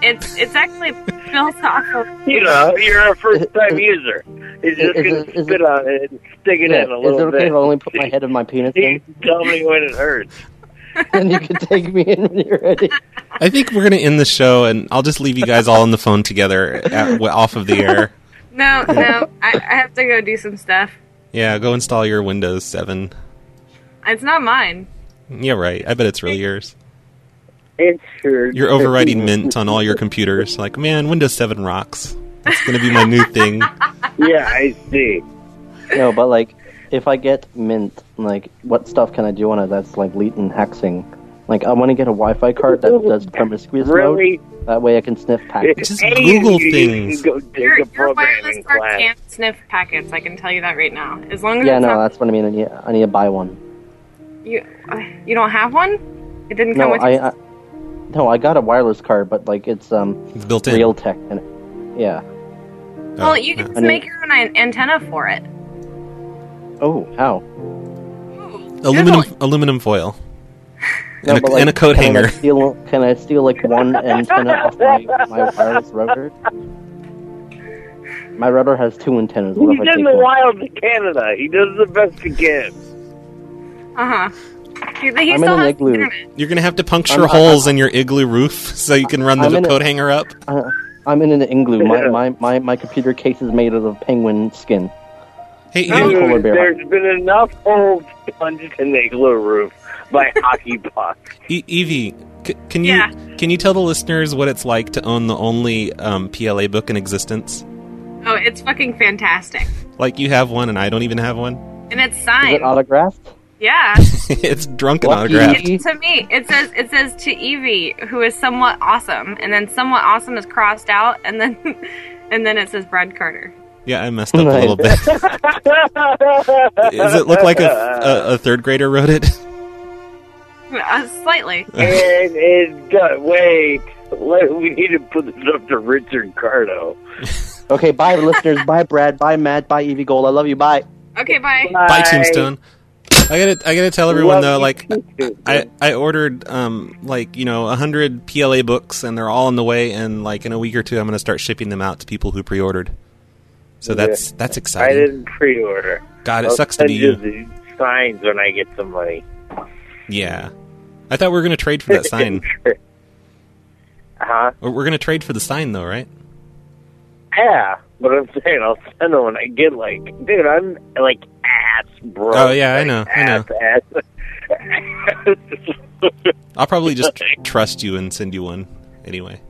S20: it's it's actually built off of
S6: You know, you're a first-time user. You're just
S1: is
S6: gonna
S1: it- is
S6: spit on it and stick it
S1: Yeah,
S6: in a
S1: is it
S6: little
S1: okay
S6: bit.
S1: if i only put my head in my penis in
S6: Tell me when it hurts.
S1: and you can take me in when you're ready
S5: I think we're gonna end the show, and I'll just leave you guys all on the phone together at, w- off of the air.
S20: No, no, I, I have to go do some stuff.
S5: Yeah, go install your Windows Seven.
S20: It's not mine.
S5: Yeah, right. I bet it's really yours.
S6: It's sure.
S5: You're overriding Mint on all your computers. Like, man, Windows 7 rocks. That's going to be my new thing.
S6: Yeah, I see.
S1: No, but like, if I get Mint, like, what stuff can I do on it that's like leet and hexing? Like, I want to get a Wi-Fi card that does perma squeeze
S6: Really?
S1: mode. That way, I can sniff packets.
S5: Just Google things.
S6: Go take
S20: Your,
S6: a
S20: your wireless
S6: programming
S20: card
S6: class.
S20: can't sniff packets. I can tell you that right now. As long as
S1: Yeah,
S20: it's
S1: no,
S20: not,
S1: that's what I mean. I need, I need to buy one.
S20: you, uh, you don't have one. It didn't come
S1: No,
S20: with.
S1: I, I, no, I got a wireless card, but like, it's um,
S5: it's built in. Oh,
S1: real tech, and it. yeah.
S20: well, you can
S1: I
S20: just
S1: need-
S20: make your own an- antenna for it.
S1: Oh, how?
S5: Aluminum, aluminum foil.
S1: No,
S5: and, a,
S1: but, like,
S5: and a coat
S1: can I,
S5: hanger.
S1: like, steal, can I steal like one antenna off my, my wireless router? My router has two antennas. What
S6: He's
S1: if I
S6: in
S1: take
S6: the
S1: one?
S6: wild of Canada. He does the best he can.
S20: Uh huh. He, he
S5: I'm
S20: still
S5: in an
S20: has
S5: igloo.
S20: internet.
S5: You're going to have to puncture
S1: I'm- I-
S5: holes in your igloo roof so you can run the
S1: I'm in a-
S5: coat hanger up.
S1: Uh, I'm in an igloo. My,
S5: Yeah.
S1: my, my, my computer case is made out of penguin skin.
S5: Hey,
S1: And a polar
S6: Dude,
S1: bear.
S6: there's been enough holes plunged in the igloo roof by hockey pucks.
S5: E- Evie, c- can you can you tell the listeners what it's like to own the only um, PLA book in existence?
S20: Oh, it's fucking fantastic,
S5: Like you have one and I don't even have one.
S20: and it's signed.
S1: autographed?
S20: yeah.
S5: it's drunken
S1: Lucky.
S5: autographed.
S20: It's to me, it says it says to Evie, who is somewhat awesome, and then somewhat awesome is crossed out, and then and then it says Brad Carter.
S5: Yeah, I messed up a little bit. Does it look like a, a, a third grader wrote it?
S20: Uh, slightly.
S6: and and uh, wait, let, we need to put this up to Richard Cardo.
S1: Okay, bye, listeners. Bye, Brad. Bye, Matt. Bye, Evie Gold. I love you. Bye.
S20: Okay, bye.
S5: Bye, Tombstone. I gotta, I gotta tell everyone though,
S1: Love you,
S5: like, I, I ordered, um, like, you know, hundred PLA books, and they're all on the way, and like in a week or two, I'm gonna start shipping them out to people who pre-ordered. So that's that's
S6: I
S5: exciting.
S6: didn't pre-order.
S5: God, it
S6: I'll
S5: sucks to
S6: send
S5: be
S6: you
S5: you.
S6: the signs when I get some money.
S5: Yeah, I thought we were gonna trade for that sign.
S6: Huh?
S5: We're we're gonna trade for the sign though, right?
S6: Yeah, but I'm saying I'll send them when I get like, dude, I'm like ass broke.
S5: Oh, yeah, I know, I know.
S6: Ass, ass.
S5: I'll probably just tr- trust you and send you one anyway.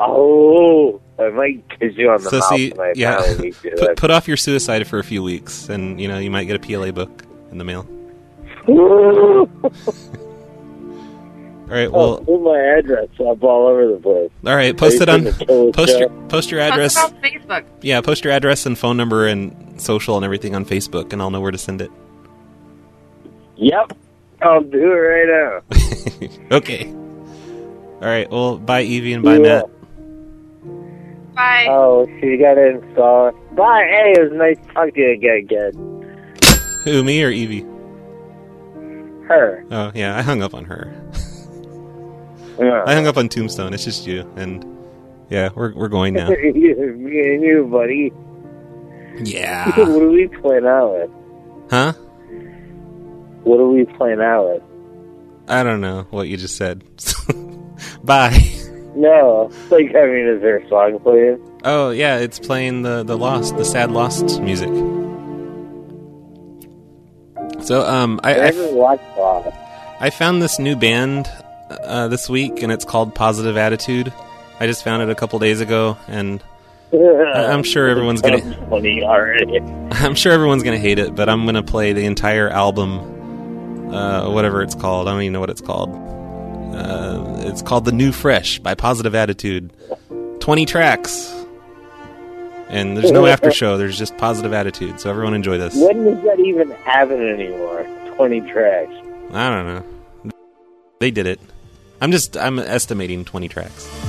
S6: oh, I might kiss you on the
S5: So
S6: mouth
S5: see,
S6: when I
S5: yeah,
S6: finally do
S5: put,
S6: it.
S5: put off your suicide for a few weeks, and you know you might get a PLA book in the mail. All right,
S6: I'll
S5: well,
S6: put my address up all over the place.
S5: All right, post it on
S6: Are you trying to
S5: post
S6: kill
S5: your
S6: us,
S5: post your address.
S20: Post it on Facebook.
S5: Yeah, post your address and phone number and social and everything on Facebook, and I'll know where to send it.
S6: Yep, I'll do it right now.
S5: Okay. All right. Well, bye Evie and bye
S6: Yeah.
S5: Matt.
S20: Bye.
S6: Oh, so you got to install it. Bye. Hey, it was nice talking to you again. again.
S5: Who me or Evie?
S6: Her.
S5: Oh yeah, I hung up on her.
S6: Yeah.
S5: I hung up on Tombstone. It's just you and yeah, we're we're going now.
S6: you, me and you, buddy.
S5: Yeah.
S6: what are we playing out with?
S5: Huh?
S6: What are we playing out with?
S5: I don't know what you just said. bye.
S6: No, like I mean, is there a song playing?
S5: Oh yeah, it's playing the the lost, the sad lost music. So um, I I-
S6: I haven't watched Lost.
S5: I found this new band uh, this week, and it's called Positive Attitude. I just found it a couple days ago, and I- I'm sure everyone's gonna
S6: funny already.
S5: I'm sure everyone's gonna hate it, but I'm gonna play the entire album, uh, whatever it's called. I don't even know what it's called. Uh, it's called "The New Fresh" by Positive Attitude. Twenty tracks, and there's no after show. There's just Positive Attitude, so everyone enjoy this.
S6: When does that even happen anymore? Twenty tracks.
S5: I don't know. They did it. I'm just I'm estimating twenty tracks.